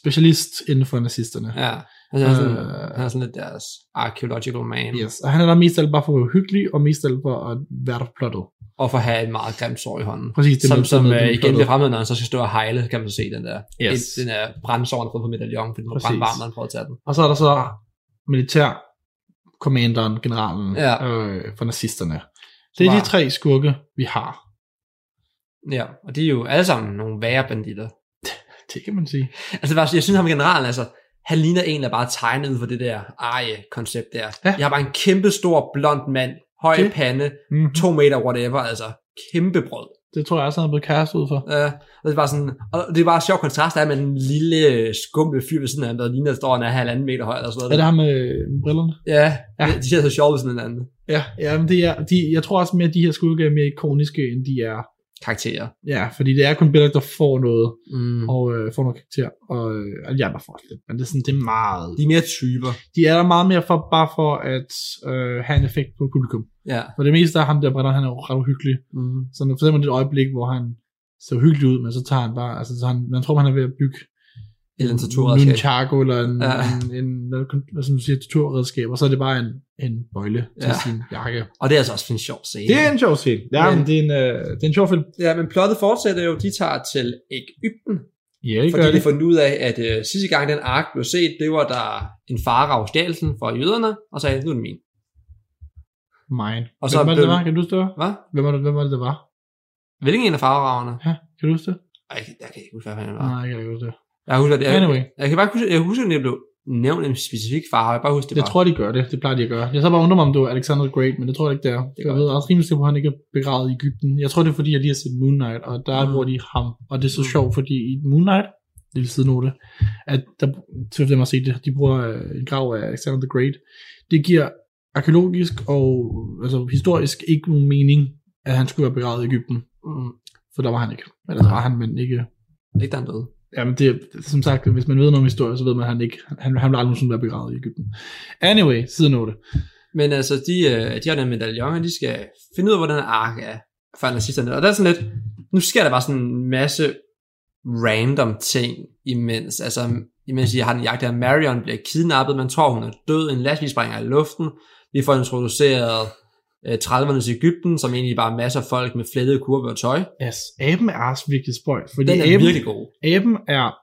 specialist inden for nazisterne. Ja, han er, sådan, Øh. han er sådan lidt deres archaeological man, yes. Yes, og han er der mest af alt bare for at være hyggelig, og mest af alt for at være der for plottet. og for at have et meget grimt sår i hånden. Præcis, Det som, med- som med- øh, med igen plottet. bliver fremmed, når han så skal stå og hejle, kan man så se den der. Yes. Et, den der brændsår, han har fået på medaljon, fordi den var Præcis. brandvarm, når han prøvede at tage den. Og så er der så militær kommanderen, generalen Ja. øh, for nazisterne. Det er Som de var- tre skurke, vi har. Ja, og de er jo alle sammen nogle værre banditter. Det kan man sige. Altså, det var, jeg synes ham generalen, altså, han ligner en, der bare er tegnet ud for det der arie-koncept der. Ja. Jeg har bare en kæmpe stor blond mand, høj Det- pande, Mm. to meter whatever, altså kæmpe brød. Det tror jeg også, han er blevet kastet ud for. Uh, og det var sådan, og det var en sjov kontrast der med den lille skumpe fyr ved siden af ham, der ligner, at står, han er halvanden meter høj eller sådan Er noget. det ham med, med brillerne? Ja, Ja. de ser så sjovt ved sådan en anden Ja, ja men det er, de, jeg tror også mere, at de her skurke er mere ikoniske, end de er. karakterer. Ja, fordi det er kun Belloc, der får noget, Mm. og øh, får noget karakter, og øh, alle de andre får også lidt, men det er sådan, det er meget... De er mere typer. De er der meget mere for, bare for at øh, have en effekt på publikum. Ja. For det meste af ham der brænder, han er jo ret uhyggelig. Mm. Så når for eksempel det øjeblik, hvor han ser hyggelig ud, men så tager han bare, altså så han, man tror, han er ved at bygge Et eller andet en torturredskab. Nunchaku eller en, Ja. ja. en, en, en hvad som du siger, torturredskab, og så er det bare en, en bøjle til Ja. sin jakke. Og det er altså også en sjov scene. Det er en sjov scene. Ja, Men- men det er en, øh, det er en sjov film. Ja, men plottet fortsætter jo. De tager til Ægypten, Ja, det fordi gør de det. har fundet ud af, at øh, sidste gang den ark blev set, det var der en farag stjal den fra jøderne, og sagde, nu er den min. mine. Og Og så så hvem var det, blev- det var? Kan du huske det? var? Hvad? Hvem var det, hvem var det, det var? Hvilken en af farveragerne? Ja, kan du huske det? Ej, jeg kan ikke huske, hvad han var. Nej, jeg kan ikke huske det. Jeg husker, det, jeg, Anyway. jeg kan bare huske, jeg husker, at jeg blev nævnt en specifik farve. Jeg kan bare husker det Jeg bare. tror, de gør det. Det plejer de at gøre. Jeg så bare undrer mig, om det var Alexander the Great, men det tror jeg ikke, det er. Det Det gør jeg ved også rimelig sikker på, at han ikke er begravet i Ægypten. Jeg tror, det er fordi, jeg lige har set Moon Knight, og der Mm. mm. bruger de ham. Og det er så Mm. sjovt, fordi i Moon Knight, lille sidenote, at der, til dem at se det, de bruger øh, en grav af Alexander the Great. Det giver arkeologisk og altså, historisk ikke nogen mening, at han skulle være begravet i Ægypten. Mm, For der var han ikke. Eller der var han, men ikke ikke der er døde. Jamen det, som sagt, hvis man ved noget om historie, så ved man, at han ikke, han, han vil aldrig nogensinde være begravet i Ægypten. Anyway, side note. Men altså, de, øh, de har den medaljon, og de skal finde ud af, hvor den her ark er for nazisterne. Og der er sådan lidt, nu sker der bare sådan en masse random ting imens. Altså, imens de har den jagt der, Marion bliver kidnappet, man tror, hun er død, en lastbil springer i luften, vi får introduceret øh, 30'ernes Ægypten, som egentlig bare er masser af folk med flettede kurve og tøj. Yes, aben er også virkelig spøjt, fordi Den er aben, virkelig god. aben er,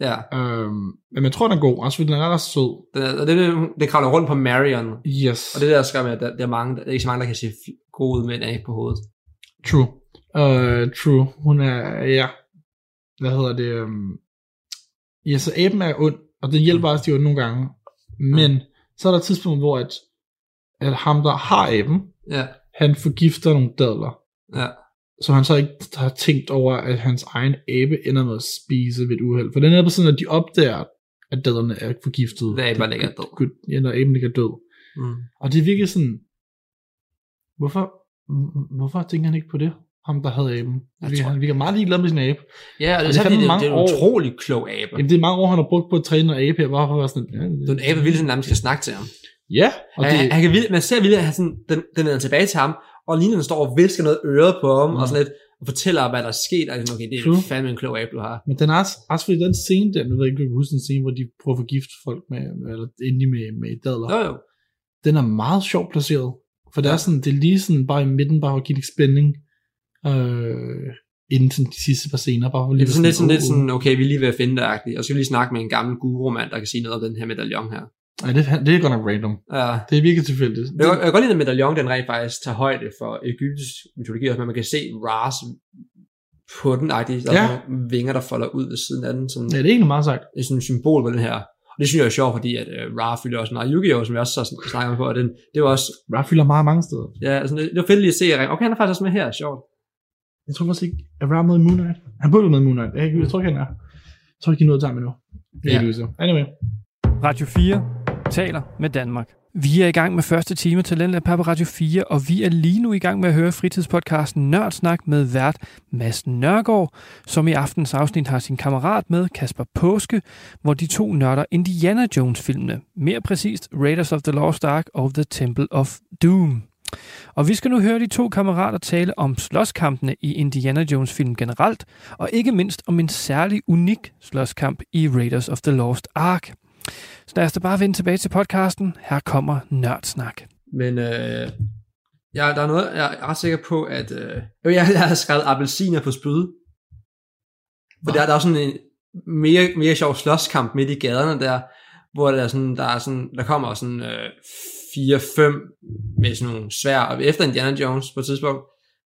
Ja. øhm, men jeg tror, den er god, også fordi den er ret sød. Den er, og det, er det, hun- det kravler rundt på Marion. Yes, Og det er der, skal med, at der, der, er mange, der er ikke så mange, der kan se f- gode ud med en af på hovedet. true. Uh, true, hun er, ja, hvad hedder det, øhm, ja, så aben er ond, og det hjælper også de onde nogle gange, men så er der et tidspunkt, hvor at, at ham, der har aben, Ja, han forgifter nogle dadler. ja. så han så ikke har tænkt over, at hans egen abe ender med at spise ved et uheld. For den er på sådan, at de opdager, at daderne er forgiftet. Når aben ligger død. Gud, ja, når aben ligger død. Mm. Og det virker sådan, hvorfor, hvorfor tænker han ikke på det? Ham, der havde aben. Jeg Virker- tror- Han virker meget ligeglad med sin abe. Ja, og det, det er så, fordi er fandme det, mange det, er en år. utrolig klog abe. Jamen, det er mange år, han har brugt på at træne en abe her, bare for at være sådan, ja, Den abe vil sådan nærmest skal snakke til ham. Ja, og Og det, han, han kan, vildt- man ser vildt, at han sådan, den, den vender tilbage til ham, og lige når den står og visker noget i øret på ham, mm. Mm. og sådan lidt, og fortæller ham, hvad der er sket, og det er okay, det er True. fandme en klog abe, du har. men den er også, også fordi den scene der, nu ved jeg ikke, om du kan huske den scene, hvor de prøver at forgifte folk med, eller endelig med, med dadler. Jo, jo. den er meget sjovt placeret. For det er sådan, det er lige sådan bare i midten, bare for at give lidt spænding. Øh, inden sådan de sidste par scener, bare for Det lige er sådan lidt sådan, lidt åh, sådan okay, vi er lige ved at finde det, agtigt, og så skal vi lige snakke med en gammel guru-mand, der kan sige noget om den her medaljon her. åh. Ej, det, er- det er godt nok random. Ja. Det er virkelig tilfældigt. Jeg kan, jeg kan godt lide, at medaljon den rent faktisk tager højde for egyptisk mytologi, også, men man kan se Ras på den, agtigt, der ja. Ja. er sådan nogle vinger, der folder ud ved siden af den, sådan Ja, det er egentlig meget sagt. det er sådan et symbol på den her. Og det synes jeg er sjovt, fordi at øh, Ra fylder også meget Yu-Gi-Oh!, som jeg også så sådan, snakker om på, og den, det var også, Raph fylder meget mange steder. ja, sådan, det, det var fedt lige at se, at okay, han er faktisk også med her, sjovt. Jeg tror faktisk ikke, at Raph er med i Moon Knight. Han burde være med i Moon Knight. Jeg, jeg, jeg tror ikke, han er. Jeg tror ikke, de nåede til ham endnu. Ja. Ja. Anyway. Radio 4 taler med Danmark. Vi er i gang med første time til Talentlab på Radio 4, og vi er lige nu i gang med at høre fritidspodcasten Nørdsnak med vært Mads Nørgaard, som i aftens afsnit har sin kammerat med, Kasper Påske, hvor de to nørder Indiana Jones-filmene, mere præcist Raiders of the Lost Ark og The Temple of Doom. Og vi skal nu høre de to kammerater tale om slåskampene i Indiana Jones-film generelt, og ikke mindst om en særlig unik slåskamp i Raiders of the Lost Ark. Så lad os da bare vende tilbage til podcasten. Her kommer Nørdsnak. Men øh, ja, der er noget, jeg er ret sikker på, at øh, jo, jeg, jeg har skrevet appelsiner på spyd. For der, der er sådan en mere, mere sjov slåskamp midt i gaderne der, hvor der, er sådan, der, er sådan, der kommer sådan øh, 4-5 med sådan nogle svær, og efter Indiana Jones på et tidspunkt,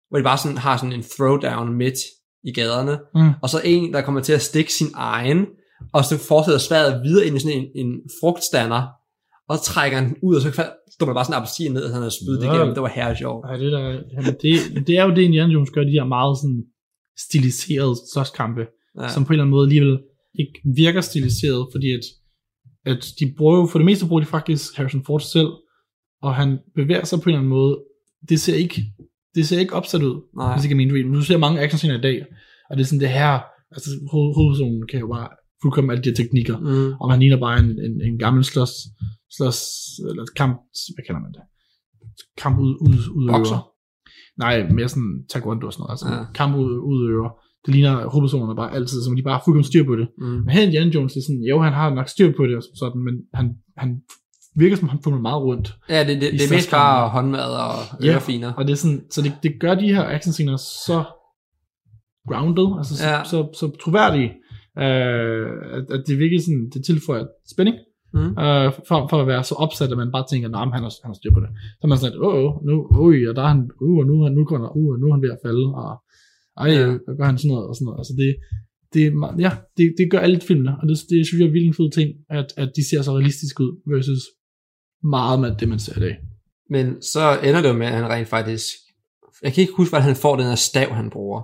hvor de bare sådan, har sådan en throwdown midt i gaderne, Mm. og så en, der kommer til at stikke sin egen, og så fortsætter sværet videre ind i sådan en, en frugtstander, og så trækker han den ud, og så fald- står man bare sådan en appelsin ned, og han har spydet det Wow. igennem. Det var herre sjovt. Ej, det, der, jamen, det, det er jo det, Indiana Jones gør, de her meget sådan stiliserede slåskampe. Ja. ja. som på en eller anden måde alligevel ikke virker stiliseret, fordi at, at de bruger jo, for det meste bruger de faktisk Harrison Ford selv, og han bevæger sig på en eller anden måde. Det ser ikke, det ser ikke opsat ud, Nej. hvis ikke jeg mener du Du ser mange actionscener i dag, og det er sådan det her, altså hoved, hovedpersonen kan jo bare fuldkommen alle de her teknikker, Mm. og man ligner bare en, en, en gammel slås, slås, eller kamp, hvad kalder man det? Kamp ud, ud, udøver. Bokser? Nej, mere sådan taekwondo og sådan noget, altså Ja. ja. kamp ud, udøver. Det ligner hovedpersonerne bare altid, som de bare har fuldkommen styr på det. Mm. Men her Jan Jones, det er sådan, jo, han har nok styr på det, og sådan, men han, han virker som, han fumler meget rundt. Ja, det, det, I det er mest slåskampen. bare håndmad og Ja. ørefiner. Og det er sådan, så det, det gør de her actionscener så grounded, altså så, Ja. ja. så, så, så troværdige, øh, at, at det virkelig sådan, det tilføjer spænding, Mm. øh, for, for at være så opsat, at man bare tænker, nej, nah, han, har, han har styr på det. Så er man sådan lidt, åh, åh, nu, ui, og der er han, uh, og nu, er han, nu, går han, uh, og nu er han ved at falde, og ej, Ja. ja. og gør han sådan noget, og sådan noget. Altså det, det, er meget- ja, det, det gør alle filmene, og det, det synes jeg er virkelig en fed ting, at, at de ser så realistisk ud, versus meget med det, man ser i dag. Men så ender det jo med, at han rent faktisk... Jeg kan ikke huske, hvordan han får den her stav, han bruger.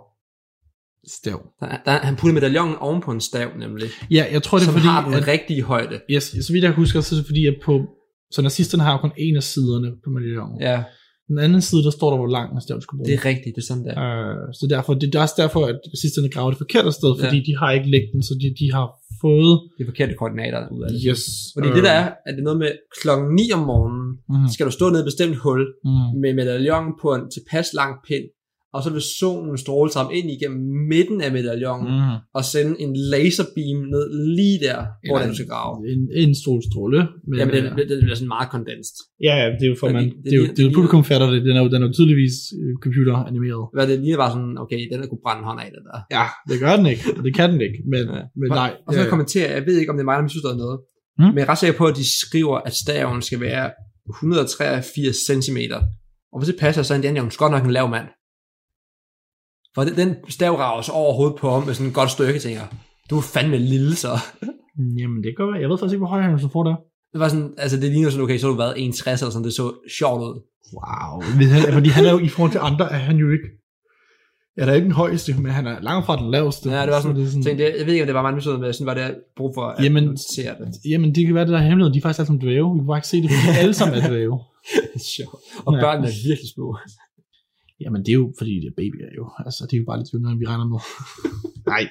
Stav. Der, der, han putter medaljongen oven på en stav, nemlig. Ja, jeg tror, det er som fordi, har den at, rigtige højde. yes, så vidt jeg husker, så er det fordi, at på, så nazisterne har jo kun en af siderne på medaljongen. Ja. Ja, Den anden side, der står der, hvor lang en stav skulle bruges. det er rigtigt, det er sådan der. Øh, så derfor, det er også derfor, at sidsterne graver det forkerte sted, fordi Ja. ja. de har ikke lægten, så de, de har fået... Det er forkerte koordinater ud af det. Yes. Fordi det der er, at det er noget med klokken 9 om morgenen, Mm, skal du stå nede i et bestemt hul mm, med medaljongen på en tilpas lang pind, og så vil solen stråle sig ind igennem midten af medaljongen, mm. mm. og sende en laserbeam ned lige der, hvor Eller den skal grave. En, en solstråle. Men, Jamen, det, øh, det, det bliver sådan meget kondenst. ja, ja, det er jo for, det- man, det- det, er jo, det- det, er jo det- publikum fatter det, den er jo, den er jo tydeligvis øh, computeranimeret. Hvad det lige var sådan, okay, den der kunne brænde hånd af det der. Ja, det gør den ikke, og det kan den ikke, men, Ja. ja. men nej. øh, Og så ja, ja, ja. kommenterer, jeg ved ikke, om det er mig, der misforstår noget, Hmm? men jeg er ret sikker på, at de skriver, at staven skal være 183 cm. Og hvis det passer, så er Indiana Jones godt nok en lav mand. For den, den stav rager sig over hovedet på ham med sådan et godt stykke, tænker jeg, du er fandme lille, så. Jamen, det gør jeg. Jeg ved faktisk ikke, hvor høj han så får der. Det var sådan, altså det ligner sådan, okay, så har du været 61 eller sådan, det så sjovt ud. Wow. Ved han, fordi han er jo, i forhold til andre, er han jo ikke... Ja, der er ikke den højeste, men han er langt fra den laveste. Ja, det var Så sådan, er tænkte, jeg, jeg ved ikke, om det var mig, der misforstod, men sådan var det brug for at Mm. Jamen, notere det. Jamen, det kan være, det der er hemmelighed. De er faktisk alle sammen dvæve. Vi kan bare ikke se det, fordi de alle sammen er dvæve. Det er sjovt. Og Ja. børnene er virkelig små. Jamen, det er jo, fordi det er babyer jo. Altså, det er jo bare lidt yngre, end vi regner med. Nej.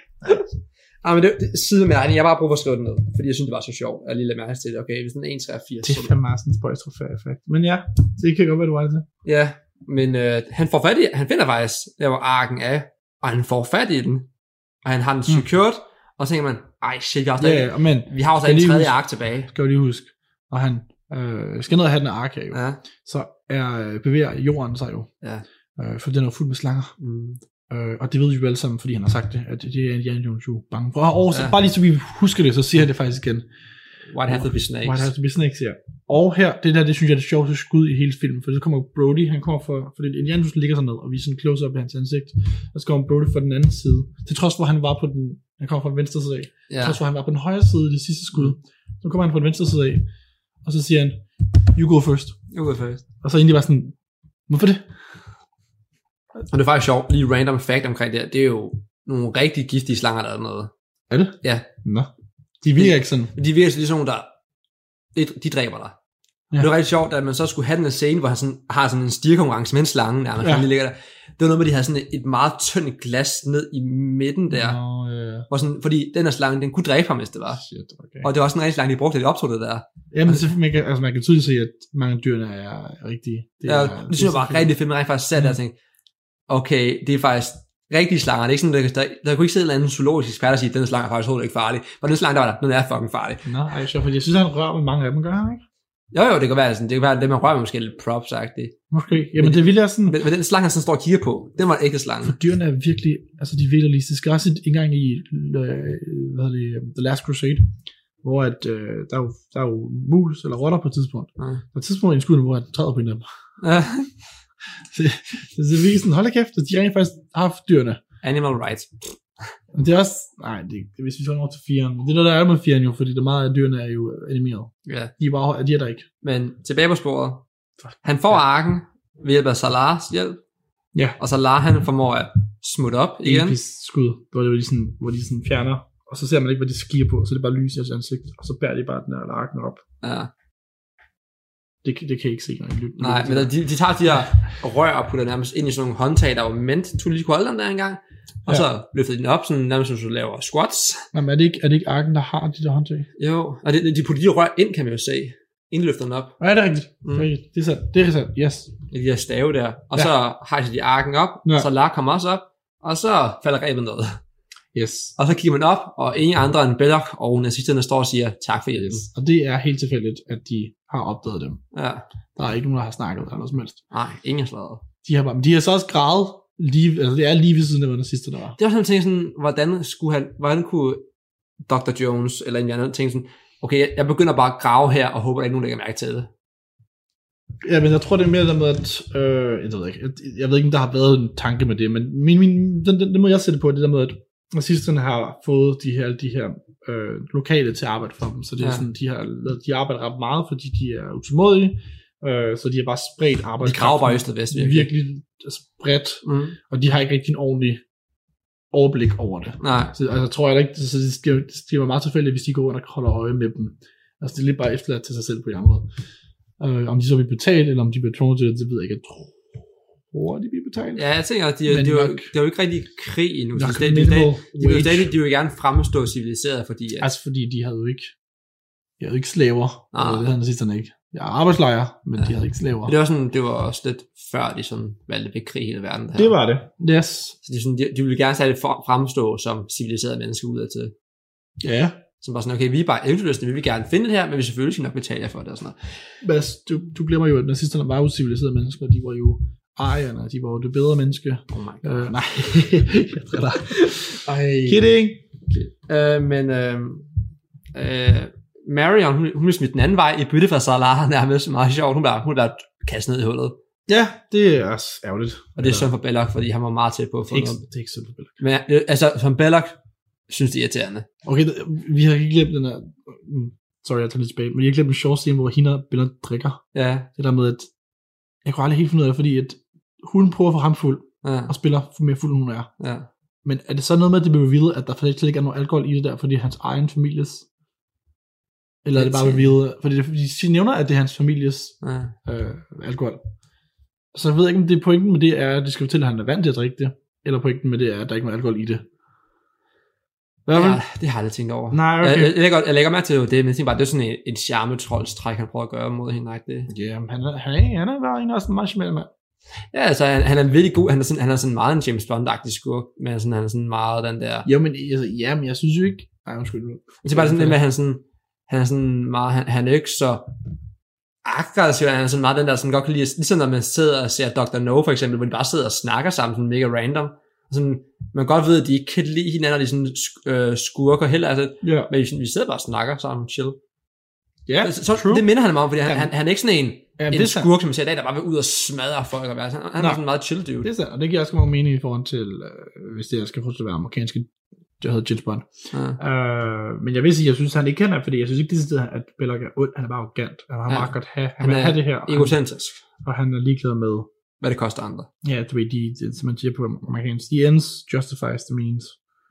Ah, men det, det side med egen, jeg har bare brug for at skrive det ned, fordi jeg synes, det var så sjovt, at lige lade mærke til det. Okay, hvis den er 1,83, Det er så... fandme sådan en spøjstrofæreffekt. Men ja, det kan godt være, du var det til. Ja, men øh, han får fat i, han finder faktisk, der var arken af, og han får fat i den, og han har den Mm. secured, og så tænker man, ej shit, vi har Ja, stadig, ja, men vi har jo stadig Kan en lige tredje huske- ark tilbage. skal jo lige huske, når han øh, skal ned og have den ark her jo, ja. Ja, så er, øh, bevæger jorden sig jo. Ja. Øh, for den er jo fuld med slanger. mm. Øh, og det ved vi jo alle sammen, fordi han har sagt det, at det er Indiana Jones jo bange for. Og også, Ja. ja. bare lige så vi husker det, så siger han det faktisk igen. What have to be snakes. White House to be snakes, ja. Og her, det der, det synes jeg er det sjoveste skud i hele filmen, for så kommer Brody, han kommer for, for det, Indiana Jones ligger sådan ned, og vi er sådan close up af hans ansigt, og så kommer Brody fra den anden side, til trods hvor han var på den, han kommer fra den venstre side af, ja. Ja. trods hvor han var på den højre side i det sidste skud, så kommer han fra den venstre side af, og så siger han, you go first, Ud først. og så er egentlig bare sådan, hvorfor det? Og det er faktisk sjovt, lige random fact omkring det her, det er jo nogle rigtig giftige slanger, der er dernede. Er det? Ja. Nå. De virker ikke sådan. Men de virker sådan ligesom, der, de- de dræber dig. Ja. Ja. Det var rigtig sjovt, at man så skulle have den her scene, hvor han sådan, har sådan en stirkonkurrence med en slange, nærmest, Ja. ja. lige ligger der. Det var noget med, at de havde sådan et- et meget tyndt glas ned i midten der. Ja. Nå, øh, Hvor sådan, fordi den her slange, den kunne dræbe ham, hvis det var. shit, okay. Ah. Og det var også en rigtig slange, de brugte, da de optog det der. Jamen, så man kan, altså, man kan tydeligt se, at mange af dyrene er rigtige. Det, ja, det synes jeg var rigtig fedt, men rent faktisk sat der Mm. og tænkte, okay, det er faktisk rigtige slanger. Det er ikke sådan, der, der, der kunne ikke sidde en eller anden zoologisk ekspert og sige, den her slange er faktisk overhovedet ikke farlig. For den slange, der var der, den er fucking farlig. Nå, ej, sjovt, fordi jeg synes, han rører med mange af dem, gør han ikke? Jo, jo, det kan være sådan, det kan være, at dem, man rører med måske er lidt props, sagt Måske. Jamen, det ville jeg sådan... Men, men den slange, han sådan står og kigger på, den var en ægte slange. For dyrene er virkelig... Altså, de er realistiske. Også ikke engang i... øh, Hvad hedder det? The Last Crusade. Hvor at, øh, der, er jo, der er jo mus eller rotter på et tidspunkt. Ja. På et tidspunkt i en skud, hvor han træder på en af dem. Ja. Så det viser sådan, hold da kæft, at de rent faktisk har haft dyrene. Animal rights. Men det er også... Nej, det, hvis vi så over til firen. Det er der, der er med firen jo, fordi der meget af dyrene er jo animeret. Ja. De er, bare, de er der ikke. Men tilbage på sporet. Han får arken ved hjælp af Salars hjælp. Ja. Og Salar, han formår at smutte op igen. episk skud, hvor, det var de sådan, hvor de sådan fjerner, og så ser man ikke, hvad de skier på, så det er bare lys i hans ansigt, og så bærer de bare den her larken op. Ja. Det, kan- det kan jeg ikke se, når jeg lytter. Nej, men de, de tager de her rør og putter nærmest ind i sådan nogle håndtag, der var ment til lige kunne holde den der engang. Og Ja. så løfter de den op, sådan nærmest som du laver squats. Nej, men er det ikke, er det ikke arken, der har de der håndtag? Jo, og de, de putter de her rør ind, kan man jo se. Inden de løfter den op. Nej, det er rigtigt. Mm. Mm. Det er rigtigt. Det er sandt. Det er sandt. Yes. Med de her stave der. Og Ja. ja. så hejser de arken op, Ja. ja. så Lar kommer også op, og så falder rebet ned. Yes. Og så kigger man op, og ingen andre end Belloc og nazisterne står og siger, tak for hjælpen. Og det er helt tilfældigt, at de har opdaget dem. Ja. Der er ikke nogen, der har snakket eller noget som helst. Nej, ingen er slået. De har, bare, men de har så også grædet lige, altså det er lige ved siden af, hvad der sidste der var. Det var sådan en ting, sådan, hvordan skulle han, hvordan kunne Dr. Jones, eller en anden ting, sådan, okay, jeg, jeg begynder bare at grave her, og håber, at nogen lægger mærke til det. Ja, men jeg tror, det er mere det der med, at... Øh, jeg, ved ikke, jeg, jeg ved ikke, om der har været en tanke med det, men min, min, den, den, den må jeg sætte på, det der med, at nazisterne har fået de her, de her øh, lokale til at arbejde for dem, så det ja. er Ja. sådan, de, har, lavet- de arbejder ret meget, fordi de er utålmodige, øh, så de har bare spredt De arbejde. graver bare øst og vest, virkelig. virkelig spredt, Mm. og de har ikke rigtig en ordentlig overblik over det. Nej, Så, altså, jeg tror jeg ikke, så det sker, det sker meget tilfældigt, hvis de går rundt og holder øje med dem. Altså, det er lidt bare efterladt til sig selv på en måde. Øh, om de så bliver betalt, eller om de bliver tvunget til det, det ved jeg ikke. Jeg tror, de bliver betalt. Ja, jeg tænker, at de, Men de, er, jo, nok- det er jo ikke rigtig krig endnu. Nok så det, det, det, minimal de, vil jo wage. stadig, de vil gerne fremstå civiliseret, fordi at, Altså, fordi de havde jo ikke, de havde jo ikke slaver. Nej. Ah. Det havde nazisterne ikke. Jeg er arbejdslejre, men ja. de Ja. havde ikke slaver. Men det var, sådan, det var også lidt før, de sådan valgte at bekrige hele verden. Her. Det var det. Yes. Så de, sådan, de, de ville gerne særligt for- fremstå som civiliserede mennesker udad til. Ja. Som var sådan, okay, vi er bare individualister, vi vil gerne finde det her, men vi selvfølgelig skal nok betale jer for det og sådan noget. Mads, du, du glemmer jo, at nazisterne var jo civiliserede mennesker. De var jo ejerne, de var jo det bedre menneske. Oh my god. Øh, nej, jeg driller. Ej. Kidding. Øh, men øh, øh, Marion, hun, hun blev smidt den anden vej i bytte fra Salah, nærmest meget sjovt. Hun blev, hun blev kastet ned i hullet. Ja, det er også ærgerligt. Og det er Ja. synd for Belloc, fordi han var meget tæt på at få ikke, noget. det er ikke så vildt. Men øh, altså, som Belloc synes det er irriterende. Okay, det- vi har ikke glemt den her... mm, Sorry, jeg tager lidt tilbage. Men jeg har glemt en sjov scene, hvor hende og Bella drikker. Ja, Det der med, at... Jeg kunne aldrig helt finde ud af det, fordi at hun prøver at få ham fuld, ja, og spiller for mere fuld, end hun er. ja. Men er det så noget med, at det bliver revealet, at der faktisk slet ikke er nogen alkohol i det der, fordi det er hans egen families? Eller er det bare Det- revealet? Fordi det, fordi de nævner, at det er hans families ja. øh, alkohol. Så jeg ved ikke, om det er pointen med det er, at de skal fortælle, at han er vant til at drikke det, eller pointen med det er, at der ikke er noget alkohol i det. Hvad Øh, er det? ja det har jeg aldrig tænkt over. Nej, Okay. Jeg, okay. jeg, jeg, lægger, jeg lægger mærke til det, men jeg tænker bare, det er sådan en, en charme-troldstræk, han prøver at gøre mod hende. Ikke? Det. Ja, men han, er- han, er, han er bare en også en meget charmerende mand. Ja, altså, han, han er virkelig god. Han er sådan, han er sådan meget en James Bond-agtig skurk, men han er sådan, han er sådan meget den der... Jo, men, altså, ja, men jeg synes jo ikke... Nej, undskyld. nu. Jeg tænker bare sådan det med, at han, sådan, han er sådan meget... Han, han er ikke så aggressiv, han er sådan meget den der, sådan godt kan lide... Ligesom når man sidder og ser Dr. No, for eksempel, hvor de bare sidder og snakker sammen, sådan mega random. Og Sådan, man kan godt ved, at de ikke kan lide hinanden, og de sådan sk- øh, skurker heller. Altså, Ja. men vi- vi sidder bare og snakker sammen, chill. Ja, så, så, det minder han mig om, fordi han, Jamen. han, han er ikke sådan en, ja, Jamen, men Altså, en det det er sandt. skurk, som jeg ser i dag, der bare vil ud og smadre folk og være sådan. "Ah, Han, han er Nej. sådan en meget chill dude. Det er sandt, og det giver også meget mening i forhold til, øh, hvis det jeg skal fortsætte at være amerikanske, jeg hedder James Bond. Ja. Øh, men jeg vil sige, jeg synes, han ikke kender, fordi jeg synes ikke, det er at Belloc er ond, han er bare arrogant. Han har Ja. meget godt have, han, Han vil er have det her, og han, Egocentrisk, og han er ligeglad med hvad det koster andre. Ja, du ved, de, de, som man siger på amerikansk, the ends justifies the means.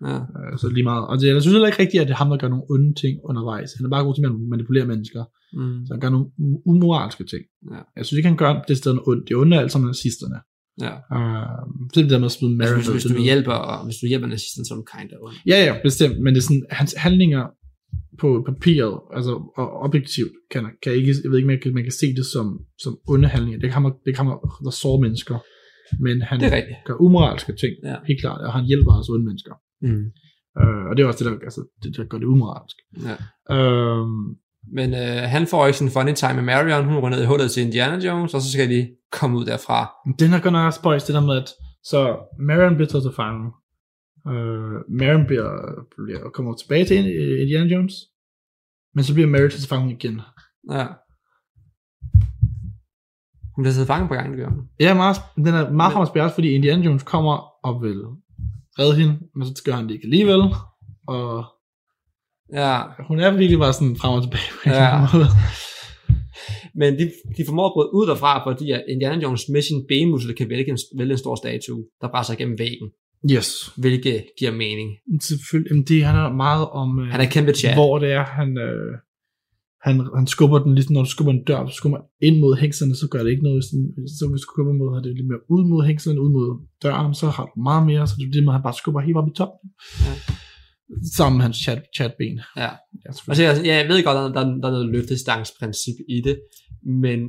Ja. Uh, så lige meget. Og det, jeg synes heller ikke rigtigt, at det er ham, der gør nogle onde ting undervejs. Han er bare god til at manipulere mennesker. Mm. Så han gør nogle u- umoralske ting. Ja. Jeg synes ikke, han gør det sted ondt. Det onde er alt sammen nazisterne. Ja. Uh, så det der med at smide Altså, Mary hvis, ned hvis, til du noget. hjælper, og hvis du hjælper nazisten, så er du kind of ond. Ja, ja, bestemt. Men det er sådan, hans handlinger på papiret, altså og objektivt, kan, kan ikke, jeg ved ikke, man kan, man kan se det som, som onde handlinger. Det kan man, det kan man, der sår mennesker. Men han, Det er rigtigt. gør umoralske ting, ja. Ja. helt klart, og han hjælper også onde mennesker. Mm. Øh, og det er også det, der, altså, det, der gør det umoralsk. Ja. Øh, Men øh, han får ikke sådan en funny time med Marion. Hun går ned i hullet til Indiana Jones, og så skal de komme ud derfra. den her godt nok også spøjs, det der med, at så Marion bliver taget til fange. Øh, Marion bliver, bliver, kommer tilbage til Ind- Indiana Jones, men så bliver Mary taget til fange igen. Ja. Hun bliver siddet fanget på gangen, gør hun. Ja, meget, den er meget Men- men... spærs, fordi Indiana Jones kommer og vil redde hende, men så gør han det ikke alligevel, og Ja. hun er virkelig bare sådan frem og tilbage på Ja. en eller anden måde. Men de, de formår at bryde ud derfra, fordi at Indiana Jones med sin benmuskel kan vælge en, vælge en stor statue, der brænder sig gennem væggen, Yes. hvilket giver mening. Selvfølgelig. Jamen, det handler meget om, øh, Han er kæmpe chat. hvor det er, han, øh, han, han skubber den, ligesom når du skubber en dør, så skubber man ind mod hængserne, så gør det ikke noget. Sådan, så hvis du skubber mod, har det lidt mere ud mod hængserne, ud mod døren, så har du meget mere, så det er det med, at han bare skubber helt op i toppen. Ja. Ja. Sammen med hans chat, chatben. Ja. ja Og selvfølgelig. så, er jeg sådan, ja, jeg ved godt, at der, der, der er noget løftestangsprincip i det, men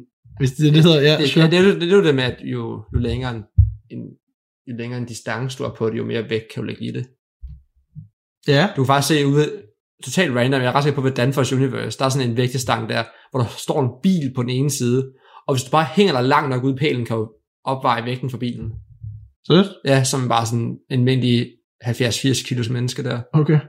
Hvis det er det, der hedder, ja, det, sure. ja, det, er jo- det, er jo det med, at jo, jo længere en, en jo længere en distance du har på det, jo mere vægt kan du lægge i det. ja. Du kan faktisk se ude, totalt random, jeg er ret sikker på, ved Danfoss Universe, der er sådan en vægtestang der, hvor der står en bil på den ene side, og hvis du bare hænger dig langt nok ud i pælen, kan du opveje vægten for bilen. Seriøst? Ja, som bare sådan en almindelig 70-80 kilos menneske der. Okay.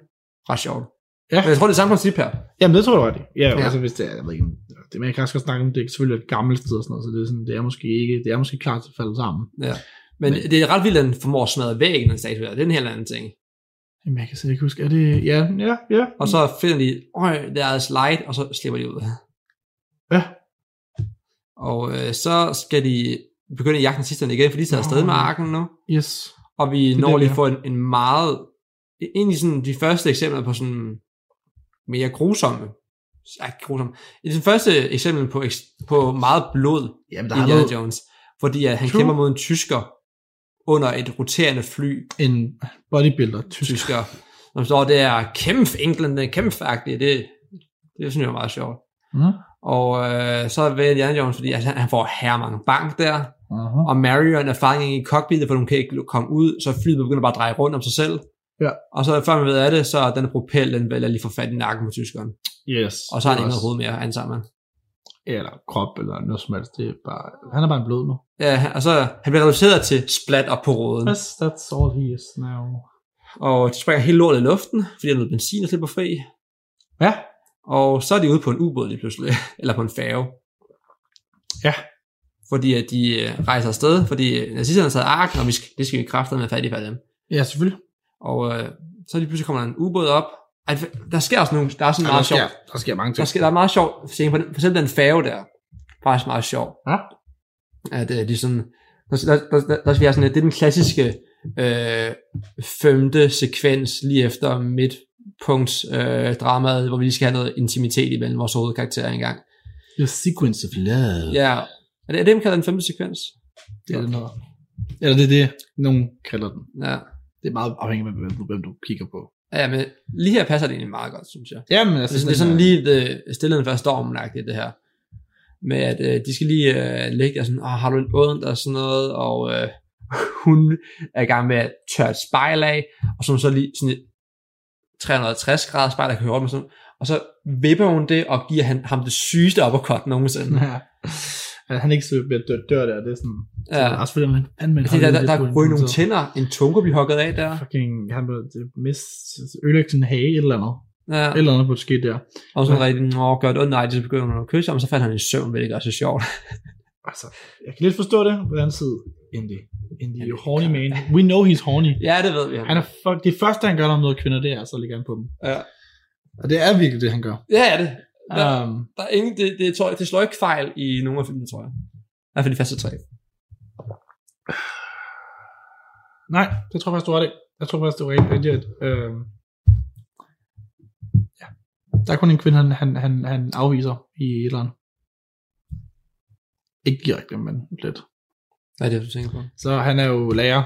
Ret sjovt. Ja. Men jeg tror, det er samme princip her. Jamen, det tror jeg godt. Ja, ja. Ja. Altså, hvis det er, jeg ved ikke, om- det, man kan også godt snakke om, det er selvfølgelig et gammelt sted og sådan noget, så det er, sådan, det er måske ikke, det er måske klart til at falde sammen. Ja. Men, Men- Men, det er ret vildt, at den formår at smadre væggen, den statue der. Det er en helt anden ting. Jamen, jeg kan slet ikke huske, er det, ja, ja, ja. Og så finder de, øj, der er slide, og så slipper de ud. Ja. Og øh, så skal de begynde at jagte nazisterne igen, fordi de tager afsted med arken nu. Yes. Og vi er når det, lige ja. at få en, en meget, egentlig sådan de første eksempler på sådan mere grusomme, ja, grusomme. I det første eksempel på, eks- på meget blod Jamen, i der har Indiana været Jones, fordi at han True. kæmper mod en tysker under et roterende fly, en bodybuilder tysk. tysker, som står der, kæmp England, den kæmpfagtige, det, det synes jeg er meget sjovt. Mm. Og øh, så er Indiana Jones, fordi at han, han får her mange bank der, Uh-huh. og Marion er fanget i cockpittet, for hun kan ikke komme ud, så flyet begynder bare at dreje rundt om sig selv. Ja. Og så før man ved af det, så er den propel, den vælger lige for fat i nakken på tyskeren. Yes. Og så har han ikke Også- noget hoved mere, antager man. Eller krop, eller noget som helst. Det er bare, han er bare en blød nu. Ja, han- og så han bliver reduceret til splat op på råden. Yes, that's all he is now. Og de springer hele lortet i luften, fordi der er noget benzin, der slipper fri. Ja. Og så er de ude på en ubåd lige pludselig, eller på en færge. Ja. Fordi at de øh, rejser afsted, fordi nazisterne har taget arken, og vi skal, det skal vi kraftedeme med fat i for dem. Ja, selvfølgelig. Og øh, så lige pludselig kommer der en ubåd op. Ej, der sker også nogle, der er sådan meget sjovt. der sker mange Der, sker, der er meget sjovt scene på den, for eksempel den færge der. Faktisk meget sjov. Ja. At øh, de sådan, der, der, der, der, der skal være sådan, lidt- det er den klassiske øh, femte sekvens lige efter midtpunkts øh, dramaet, hvor vi lige skal have noget intimitet imellem vores hovedkarakterer engang. The sequence of love. Ja. Er det, er det, man kalder den femte sekvens? Det er det noget. Eller det er det, nogen kalder den. Ja. Det er meget afhængigt af, hvem du, hvem du kigger på. Ja, men lige her passer det egentlig meget godt, synes jeg. Ja, men Altså, det, det er sådan lige det, stillheden før stormen det her. Med at øh, de skal lige øh, lægge der sådan, Åh, har du en ondt og sådan noget, og øh, hun er i gang med at tørre et spejl af, og så er hun så lige sådan et 360 grader spejl, der kan høre op med sådan, og så vipper hun det og giver han, ham det sygeste uppercut nogensinde. Ja. At han ikke så bliver dør, dør der, det er sådan... Ja. Også fordi man anmelder Fordi der, der, der ryger nogle tænder, en tunge bliver hugget af der. Fucking, han blev mist, ødelægge sin hage, et eller andet. Ja, Et eller andet på et skidt der. og så rigtig, åh, gør det ondt, nej, så begynder hun at kysse ham, og så falder han i søvn, hvilket også er sjovt. Altså, jeg kan lidt forstå det, på den anden side. Indy. Indy, you horny man. We know he's horny. ja, det ved vi. Han er fuck, det første, han gør, når han møder kvinder, det er altså at lægge an på dem. Ja. Og det er virkelig det, han gør. Ja, ja, det. Ja. Um, Der er ingen, det, det, tror jeg, det slår ikke fejl i nogen af filmene, tror jeg. I hvert fald de første tre. nej, det tror jeg faktisk, du har det. Jeg tror faktisk, det var rent rigtigt, at... Øh, ja. Der er kun en kvinde, han, han, han, han afviser i et eller andet. Ikke direkte, men lidt. Hvad er det, du tænker på? Så han er jo lærer,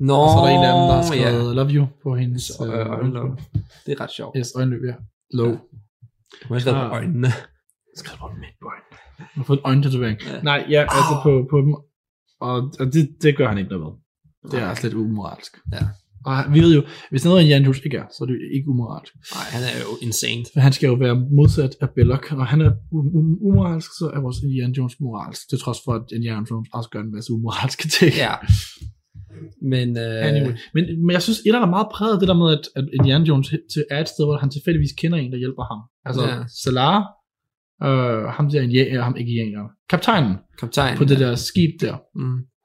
Nå, og så er der en af dem, der har ja. skrevet yeah. love you på hendes Så, øh, øjenlåg. Det er ret sjovt. Yes, øjenløb, ja. Low. Ja. Hun har skrevet på Ah. øjnene. Skriv på mit øjne. Han har fået en øjentatovering. Ja. Ja. Nej, ja, altså på, på dem. Og, og det, det gør han ikke noget ved. Det er slet umoralsk. Ja. Og vi ved jo, hvis noget er Jan Hus ikke er, så er det jo ikke umoralsk. Nej, han er jo insane. Men han skal jo være modsat af Belloc, og han er u- u- umoralsk, så er vores Indiana Jones moralsk, til trods for, at Indiana Jones også gør en masse umoralske ting. Ja. Men, øh, Anyway. Men, men jeg synes, et er meget præget af det der med, at, at Indiana Jones he- til- er et sted, hvor han tilfældigvis kender en, der hjælper ham. Altså, Ja. ja. Salah, øh, ham der, ja, eller ham ikke ja, kaptajnen kaptajn. på det der skib der. Mm.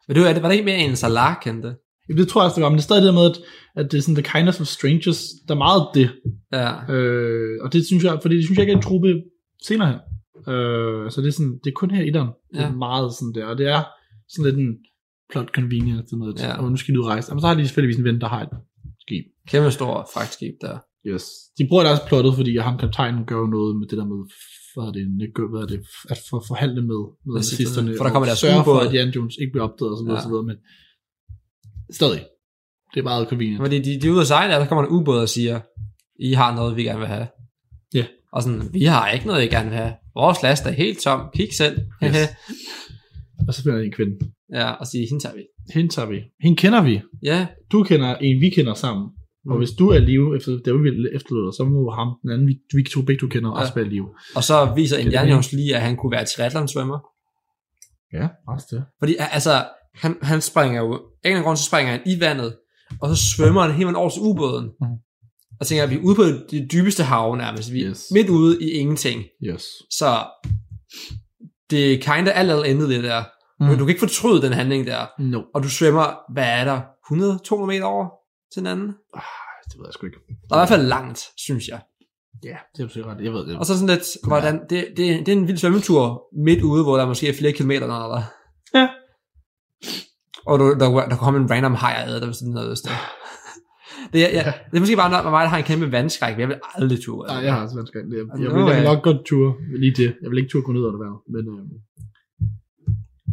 Men du, er det, var det ikke mere en Salah kendte? Jamen, Det tror jeg også, det var, men det er stadig det der med, at, at det er sådan the kindness of strangers, der er meget det. Ja. Øh, og det synes jeg, fordi det synes jeg ikke er en truppe senere hen. Øh, så det er sådan, det er kun her i den. Det er Ja. meget sådan der, og det er sådan lidt en plot convenience, det med, at Ja. ja. nu skal du rejse. Jamen, så har de selvfølgelig en ven, der har et skib. Kæmpe stor fragtskib der. Yes. De bruger det også plottet, fordi ham kaptajnen gør jo noget med det der med, hvad er det, ikke, hvad er det at for, forhandle med, med Præcis, nazisterne, for der kommer og deres sørge for, ubåd. at Jan Jones ikke bliver opdaget, og så videre, Ja. ja. så videre, men stadig. Det er meget convenient. Fordi de, de er ude at sejle, og der kommer en ubåd og siger, I har noget, vi gerne vil have. Ja. Og sådan, vi har ikke noget, I gerne vil have. Vores last er helt tom. Kig selv. Yes. Yes. Og så finder de en kvinde. Ja, og sige, hende tager vi. Hende tager vi. Hende kender vi. Ja, Du kender en, vi kender sammen. Mm. Og hvis du er i live efter det, vi efterlod så må ham, den anden, vi, vi to begge du kender, Ja. ja. også være i live. og så viser en det er Jones lige, at han kunne være triathlon-svømmer. Ja, også det. Fordi a- altså, han, han springer jo, af en eller anden grund, så springer han i vandet, og så svømmer han hele vejen over til ubåden. Mhm. Og tænker, at vi er ude på det dybeste hav nærmest. Vi er Yes. yes. midt ude i ingenting. Yes. Så det er kinda alt alt andet det der. Mm. Men Mm. du kan ikke fortryde den handling der. No. Og du svømmer, hvad er der, 100-200 meter over til den anden? Ah, det ved jeg sgu ikke. Der er i hvert fald langt, synes jeg. Ja, det er måske ret. Jeg ved det. Og så sådan lidt, hvordan, det, det, det er en vild svømmetur midt ude, hvor der måske er flere kilometer eller noget. Ja. Og du, der, der kommer en random hej ad, der vil sådan noget. Der. Det, er, jeg, det er måske bare noget, med mig, der har en kæmpe vandskræk, men jeg vil aldrig ture. Nej, jeg har også vanskeligt. Jeg, jeg, jeg, Nå, vil, jeg vil ja. nok godt ture lige det. Jeg vil ikke ture gå ned under vandet, men øhm,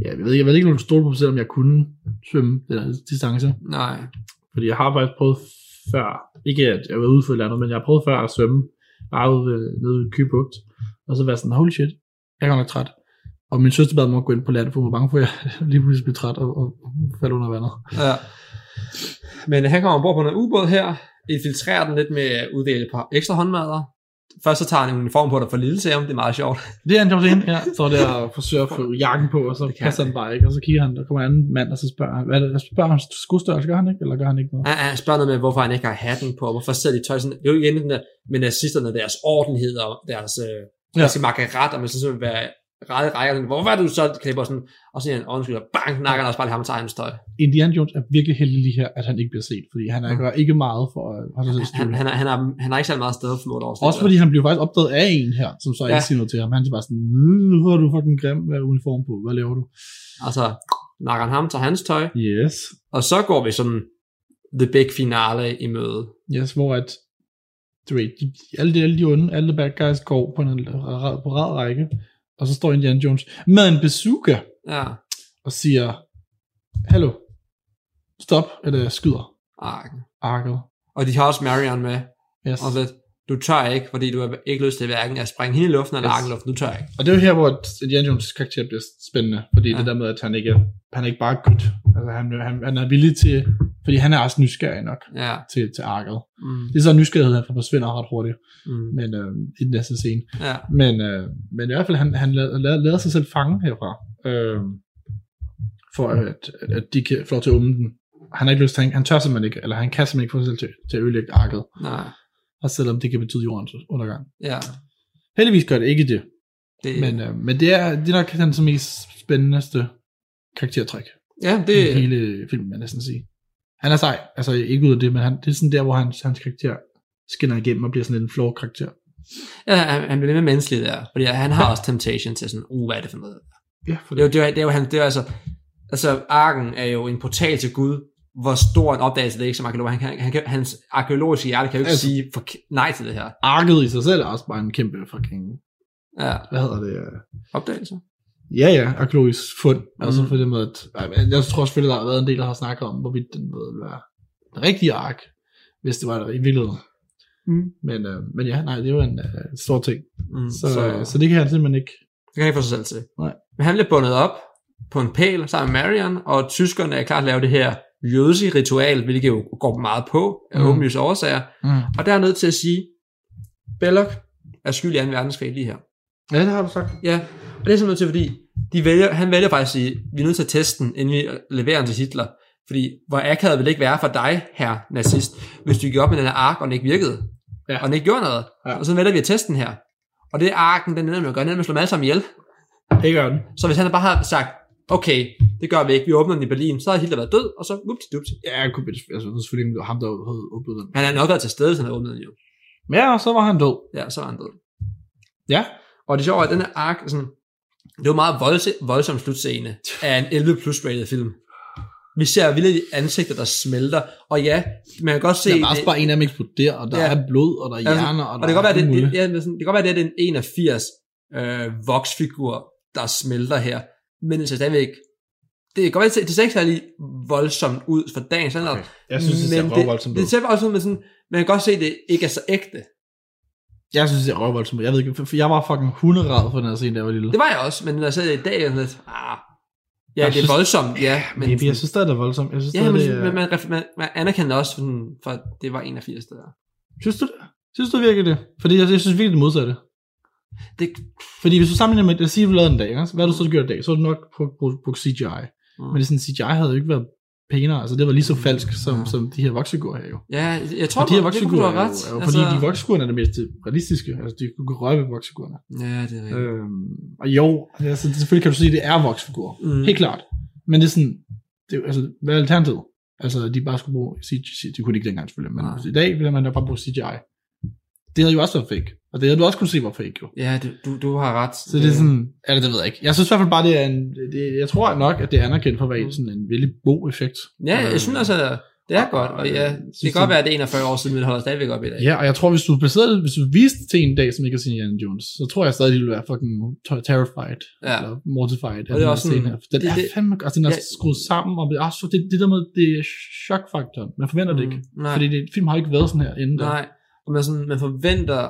ja, jeg ved, ikke- jeg ved ikke nogen stol på, mig selv, om jeg kunne svømme den her distance. Nej. Fordi jeg har faktisk prøvet før, ikke at jeg var ude for et eller andet, men jeg har prøvet før at svømme, bare ude ved, nede ved Købugt, og så være sådan, holy shit, jeg er godt nok træt. Og min søster bad mig gå ind på landet, for hun var bange for, at jeg lige pludselig blev træt og, og falde under vandet. Ja. Men han kommer ombord på en ubåd her, infiltrerer den lidt med at uddele et par ekstra håndmadder. Først så tager han en uniform på dig for lille til ham, det er meget sjovt. Det er han, der ind, ja, står der og forsøger at få jakken på, og så kan passer han bare ikke. Og så kigger han, der kommer en anden mand, og så spørger han, hvad er det, der spørger han skostørrelse, gør han ikke, eller gør han ikke noget? Han, han spørger noget med, hvorfor han ikke har hatten på, og hvorfor sidder de i tøj sådan, det er jo igen den der, med nazisterne, deres ordenhed og deres, øh, Ja. deres ja. markeret, og man skal simpelthen være rette rækker, sådan, hvorfor er du så klipper sådan, og så siger han, undskyld, og bang, nakker han også bare lige ham og tager hans tøj. Indiana Jones er virkelig heldig lige her, at han ikke bliver set, fordi han er, Mm. gør ikke meget for at holde sig Han, skjult. han, er- han, er, han har ikke særlig meget sted for mål over. Også fordi han bliver faktisk opdaget af en her, som så ikke Ja. siger noget til ham. Han er bare sådan, "Øh, hvor er du fucking grim, hvad er uniform på, hvad laver du? Altså, nakker han ham, tager hans tøj, Yes. og så går vi sådan, the big finale i møde. Yes, hvor at, du ved, de, alle, de, alle de onde, alle de bad guys går på en ra- på rad række, og så står Indiana Jones med en bazooka Ja. og siger, hallo, stop, eller jeg skyder Ark. arket. Og de har også Marion med, Yes. og lidt, du tør ikke, fordi du har ikke lyst til hverken at springe hende i luften eller Yes. yes. arken i luften, du tør ikke. Og det er jo her, hvor Indiana Jones karakter bliver spændende, fordi ja. Ja. det der med, at han ikke er, han er ikke bare good. Altså, han, han, han er villig til, fordi han er også nysgerrig nok Ja. til, til arket. Mm. Det er så en nysgerrighed, han forsvinder ret hurtigt Mm. men, øh, i den næste scene. Ja. Men, øh, men i hvert fald, han, han lader, lader, lader sig selv fange herfra, øh, for at, at de kan få lov til at åbne den. Han har ikke lyst til, han, han tør simpelthen ikke, eller han kan simpelthen ikke få sig selv til, til at ødelægge arket, Nej, og selvom det kan betyde jordens undergang. ja. Heldigvis gør det ikke det, Det, Men, øh, men det, er, det er nok den som mest spændendeste karaktertræk ja, det... det, i hele filmen, vil jeg næsten sige. Han er sej, altså ikke ud af det, men han, det er sådan der, hvor hans, hans karakter skinner igennem og bliver sådan lidt en flår karakter. ja, han, han bliver lidt mere menneskelig der, fordi han har også temptation til sådan, uh, hvad er det for noget? Ja, for Det er jo, det er, jo- det er jo, han, det er jo altså, altså arken er jo en portal til Gud, hvor stor en opdagelse det er ikke som arkeolog. Han kan, han kan, hans arkeologiske hjerte kan jo ikke Altså- altså. sige for, nej til det her. Arket i sig selv er også bare en kæmpe fucking, Ja, hvad hedder det? øh, opdagelse. Ja, ja, arkeologisk fund. Mm. Altså Mhm. for det med, at, ej, men jeg tror selvfølgelig, der har været en del, der har snakket om, hvorvidt den ville være den rigtige ark, hvis det var der i virkeligheden. Mm. Men, øh, men ja, nej, det er jo en øh, stor ting. Mm, Så, så, øh, så det kan han simpelthen ikke. Det kan han ikke få sig selv til. Nej. Men han bliver bundet op på en pæl sammen med Marion, og tyskerne er klar til at lave det her jødiske ritual, hvilket jo går dem meget på, af Mm. mm. åbenlyse årsager. Mm. Og der er jeg nødt til at sige, Belloc er skyld i 2. verdenskrig lige her. Ja, det har du sagt. Ja, og det er simpelthen til, fordi de vælger, han vælger faktisk at sige, vi er nødt til at teste den, inden vi leverer den til Hitler. Fordi hvor akavet vil det ikke være for dig, her nazist, hvis du gik op med den her ark, og den ikke virkede. Ja. Ja. Og den ikke gjorde noget. Ja. Ja. Og så vælger vi at teste den her. Og det er arken, den ender med at gøre, den ender med at slå dem alle sammen ihjel. Det gør den. Så hvis han bare har sagt, okay, det gør vi ikke, vi åbner den i Berlin, så har Hitler været død, og så vupti dupti. Ja, jeg kunne blive, altså, det er selvfølgelig ikke ham, der havde åbnet den. Han har nok været til stede, hvis han havde åbnet den jo. Ja, og så var han død. Ja, så var han død. Ja. Og det sjove er, at den her ark, er sådan, det var en meget voldse, voldsom slutscene af en 11 plus rated film. Vi ser vilde ansigter, der smelter, og ja, man kan godt se... Det er bare, bare en af dem eksploderer, og der øh, Ja. er blod, og der er Ja, altså, hjerner, og, og det kan er godt være, alt det, det, muligt. ja, men sådan, det kan godt være, det er den 81 øh, voksfigur, der smelter her, men det ser stadigvæk... Det kan godt være, det ser- det ser ikke særlig voldsomt ud for dagens standard, okay. Jeg synes, det ser Men øh, røvvoldsomt ud. Det ser også ud med sådan, man kan godt se, at det ikke er så ægte. Jeg synes, det ser røvvoldsomt ud. Jeg ved ikke, for- for jeg var fucking hunderad for den her scene, da jeg var lille. Det var jeg også, men når jeg ser det i dag, er jeg sådan lidt, ah, ja, det Jeg er synes- voldsomt, ja, men, Maybe, jeg synes stadig, det er voldsomt. Jeg synes, ja, stadig, men, det, øh, er- men man, ref- man, man anerkender også, sådan, for det var 81 det der. synes du det? Synes du virkelig det? Fordi jeg, jeg synes virkelig det modsatte. Det, Fordi hvis du sammenligner med, lad os sige, du lavede en dag, ikke? hvad har du så gjort i dag, så har du nok brugt, brugt, brugt CGI. Mm. Men det er sådan, CGI havde jo ikke været pænere. Altså det var lige så falsk som, ja. som de her voksefigurer her jo. Ja, jeg tror, Og du- det de her kunne du voksefigurer have er ret. Altså- jo, er jo fordi de voksefigurerne er det mest realistiske. Altså de kunne røre ved voksefigurerne. Ja, det er rigtigt. Øhm, og jo, altså, selvfølgelig kan du sige, at det er voksfigurer. Mm. Mm. Helt klart. Men det er sådan, det, er jo- altså, hvad er alternativet? Altså, at de bare skulle bruge CGI. Det kunne de ikke dengang selvfølgelig, men Nej. altså, i dag ville man da bare bruge CGI. Det havde jo også været fake. Og det havde du også kunne se var fake, jo. Ja, det, du, du har ret. Så det er sådan, eller det ved jeg ikke. Jeg synes i hvert fald bare, det er en, det, jeg tror nok, at det er anerkendt for at være sådan en veldig god effekt. Mm. Øh, Øhm, Ja, jeg synes også, at det er godt, og ja, det kan Synes, godt det- være, at det er 41 år siden, men det holder stadigvæk op i dag. øh, Ja, og jeg tror, hvis du baserede, hvis du viste til en dag, som ikke er sin Indiana Jones, så tror jeg stadig, de ville være fucking ter- terrified. Ja. eller mortified. Og det er også den sådan- her scene her. Den det- det, er det- fandme altså, den er Ja. skruet sammen, og det, ah, så det, det der med, det er chokfaktoren. Man forventer det ikke. Mm. Nej, Fordi det, film har ikke været sådan her inden. da. nej. Og man, sådan, man forventer...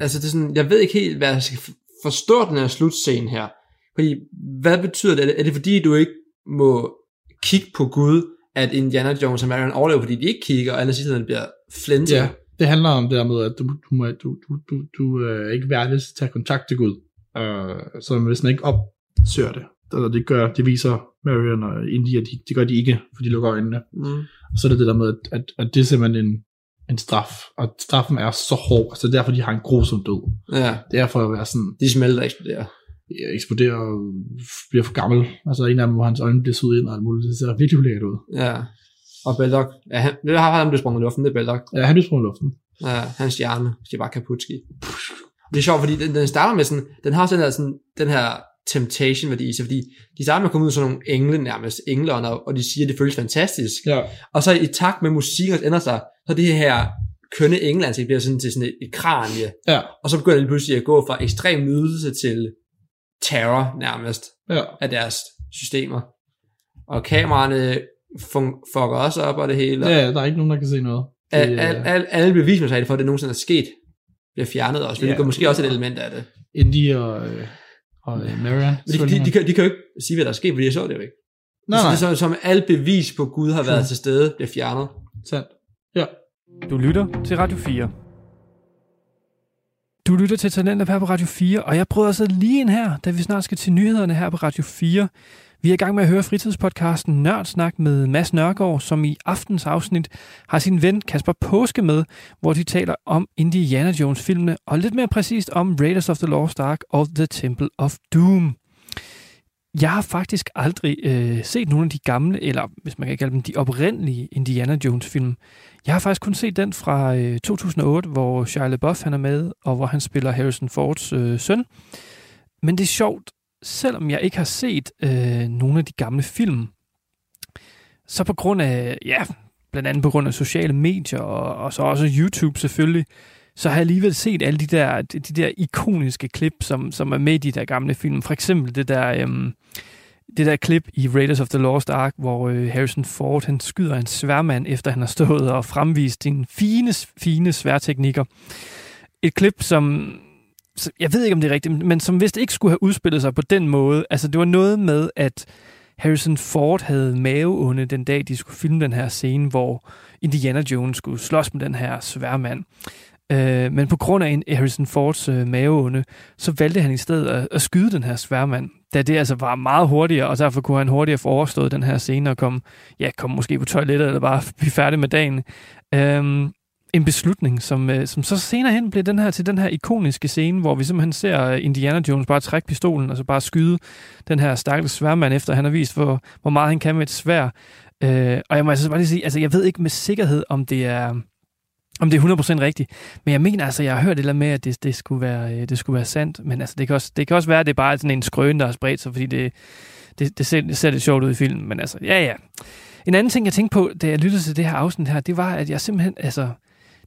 Altså, det er sådan, jeg ved ikke helt, hvad jeg skal f- forstå den her slutscene her. Fordi, hvad betyder det? Er det- Er det fordi, du ikke må kigge på Gud, at Indiana Jones og Marion overlever, fordi de ikke kigger, og ellers i tiden bliver flæntet? Ja, det handler om det der med, at du, du, må, du, du, du, du øh, er ikke værdig til at tage kontakt til Gud. Øh, så hvis man ikke opsøger det, eller det gør, det viser Marion og India, de, det gør de ikke, for de lukker øjnene. Mm. Og så er det det der med, at, at, at det er simpelthen en, en straf, og straffen er så hård, altså derfor de har en grusom død. ja. Det er for at være sådan, De smelter og eksploderer. ja, øh, eksploderer og f- bliver for gammel. Altså en af dem, hvor hans øjne bliver suget ind og alt muligt. Det ser virkelig ulækkert ud. Ja. Og Belloc, ja, han, det har han blevet sprunget i luften, det er Belloc. Ja, han bliver sprunget i luften. Ja, hans hjerne, skal bare kaputski. Det er sjovt, fordi den, den starter med sådan, den har sådan, her, sådan den her temptation værdi i sig, fordi de starter med at komme ud som nogle engle nærmest, engler, og de siger, at det føles fantastisk. Ja. Og så i takt med musikken ændrer sig, så det her kønne engelansigt bliver sådan til sådan et, et kranje, Ja, og så begynder det pludselig at gå fra ekstrem nydelse til terror nærmest ja. af deres systemer. Og kameraerne fun- fucker også op og det hele. Ja, der er ikke nogen, der kan se noget. Det, Al, al, øh, al, alle bevismateriale for, at det nogensinde er sket, bliver fjernet også. Ja. Det er måske også et element af det. Indy og, øh, og øh, Marianne. Men de, de, de, kan, de kan jo ikke sige, hvad der er sket, fordi jeg så det jo ikke. nej, Så nej. det er som, som alt bevis på, at Gud har været til stede, bliver fjernet. Sandt. Du lytter til Radio 4. Du lytter til Talentlab her på Radio 4, og jeg bryder altså lige ind her, da vi snart skal til nyhederne her på Radio 4. Vi er i gang med at høre fritidspodcasten Nørdsnak med Mads Nørgaard, som i aftens afsnit har sin ven Kasper Påske med, hvor de taler om Indiana Jones-filmene, og lidt mere præcist om Raiders of the Lost Ark og The Temple of Doom. Jeg har faktisk aldrig øh, set nogle af de gamle, eller hvis man kan kalde dem de oprindelige Indiana Jones-film. Jeg har faktisk kun set den fra øh, 2008, hvor Shia LaBeouf han er med, og hvor han spiller Harrison Fords øh, søn. Men det er sjovt, selvom jeg ikke har set øh, nogle af de gamle film, så på grund af, ja, blandt andet på grund af sociale medier, og, og så også YouTube selvfølgelig, så har jeg alligevel set alle de der, de, de der ikoniske klip, som, som er med i de der gamle film. For eksempel det der... Øh, det der klip i Raiders of the Lost Ark, hvor øh, Harrison Ford han skyder en sværmand, efter han har stået og fremvist sine fine, fine sværteknikker. Et klip, som, som jeg ved ikke, om det er rigtigt, men som vist ikke skulle have udspillet sig på den måde. Altså, det var noget med, at Harrison Ford havde maveonde den dag, de skulle filme den her scene, hvor Indiana Jones skulle slås med den her sværmand. Øh, men på grund af en Harrison Fords øh, maveonde, så valgte han i stedet at, at skyde den her sværmand, da det altså var meget hurtigere, og derfor kunne han hurtigere få overstået den her scene og komme, ja, komme måske på toilettet eller bare blive færdig med dagen. Øhm, en beslutning, som, øh, som så senere hen blev den her, til den her ikoniske scene, hvor vi simpelthen ser øh, Indiana Jones bare trække pistolen og så bare skyde den her stakkels sværmand, efter han har vist, hvor, hvor meget han kan med et svær. Øh, og jeg må altså bare lige sige, altså jeg ved ikke med sikkerhed, om det er, om det er 100% rigtigt, men jeg mener altså, jeg har hørt et eller andet med, at det, det, skulle være, øh, det skulle være sandt, men altså, det, kan også, det kan også være, at det er bare sådan en skrøne, der har spredt sig, fordi det, det, det, ser, det ser lidt sjovt ud i filmen, men altså, ja ja. En anden ting, jeg tænkte på, da jeg lyttede til det her afsnit her, det var, at jeg simpelthen, altså,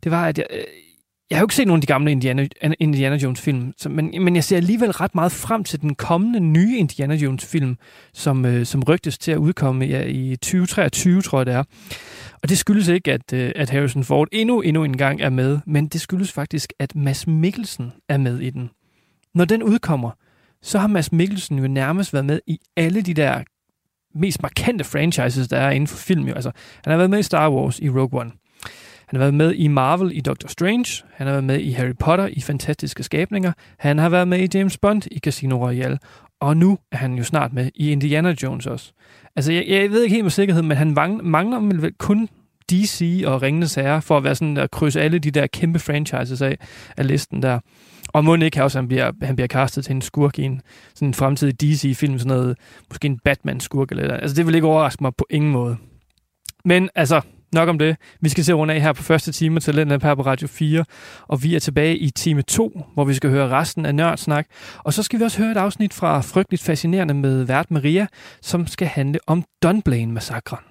det var, at jeg, øh, jeg har jo ikke set nogen af de gamle Indiana, Indiana Jones-film, så- men, men jeg ser alligevel ret meget frem til den kommende nye Indiana Jones-film, som, øh, som rygtes til at udkomme ja, i 2023, tror jeg det er. Og det skyldes ikke, at, øh, at Harrison Ford endnu, endnu en gang er med, men det skyldes faktisk, at Mads Mikkelsen er med i den. Når den udkommer, så har Mads Mikkelsen jo nærmest været med i alle de der mest markante franchises, der er inden for film. Jo. Altså, han har været med i Star Wars i Rogue One. Han har været med i Marvel i Doctor Strange. Han har været med i Harry Potter i Fantastiske Skabninger. Han har været med i James Bond i Casino Royale. Og nu er han jo snart med i Indiana Jones også. Altså, jeg, jeg ved ikke helt med sikkerhed, men han vang- mangler vel kun DC og Ringenes Herre, for at være sådan at krydse alle de der kæmpe franchises af, af listen der. Og må ikke også, at han bliver, han bliver castet til en skurk i en, sådan en fremtidig DC-film, sådan noget, måske en Batman-skurk eller et eller andet. Altså, det vil ikke overraske mig på ingen måde. Men altså, nok om det. Vi skal se rundt af her på første time til Lennart her på Radio 4, og vi er tilbage i time 2, hvor vi skal høre resten af Nørdsnak. Og så skal vi også høre et afsnit fra Frygteligt Fascinerende med Vært Maria, som skal handle om Dunblane-massakren.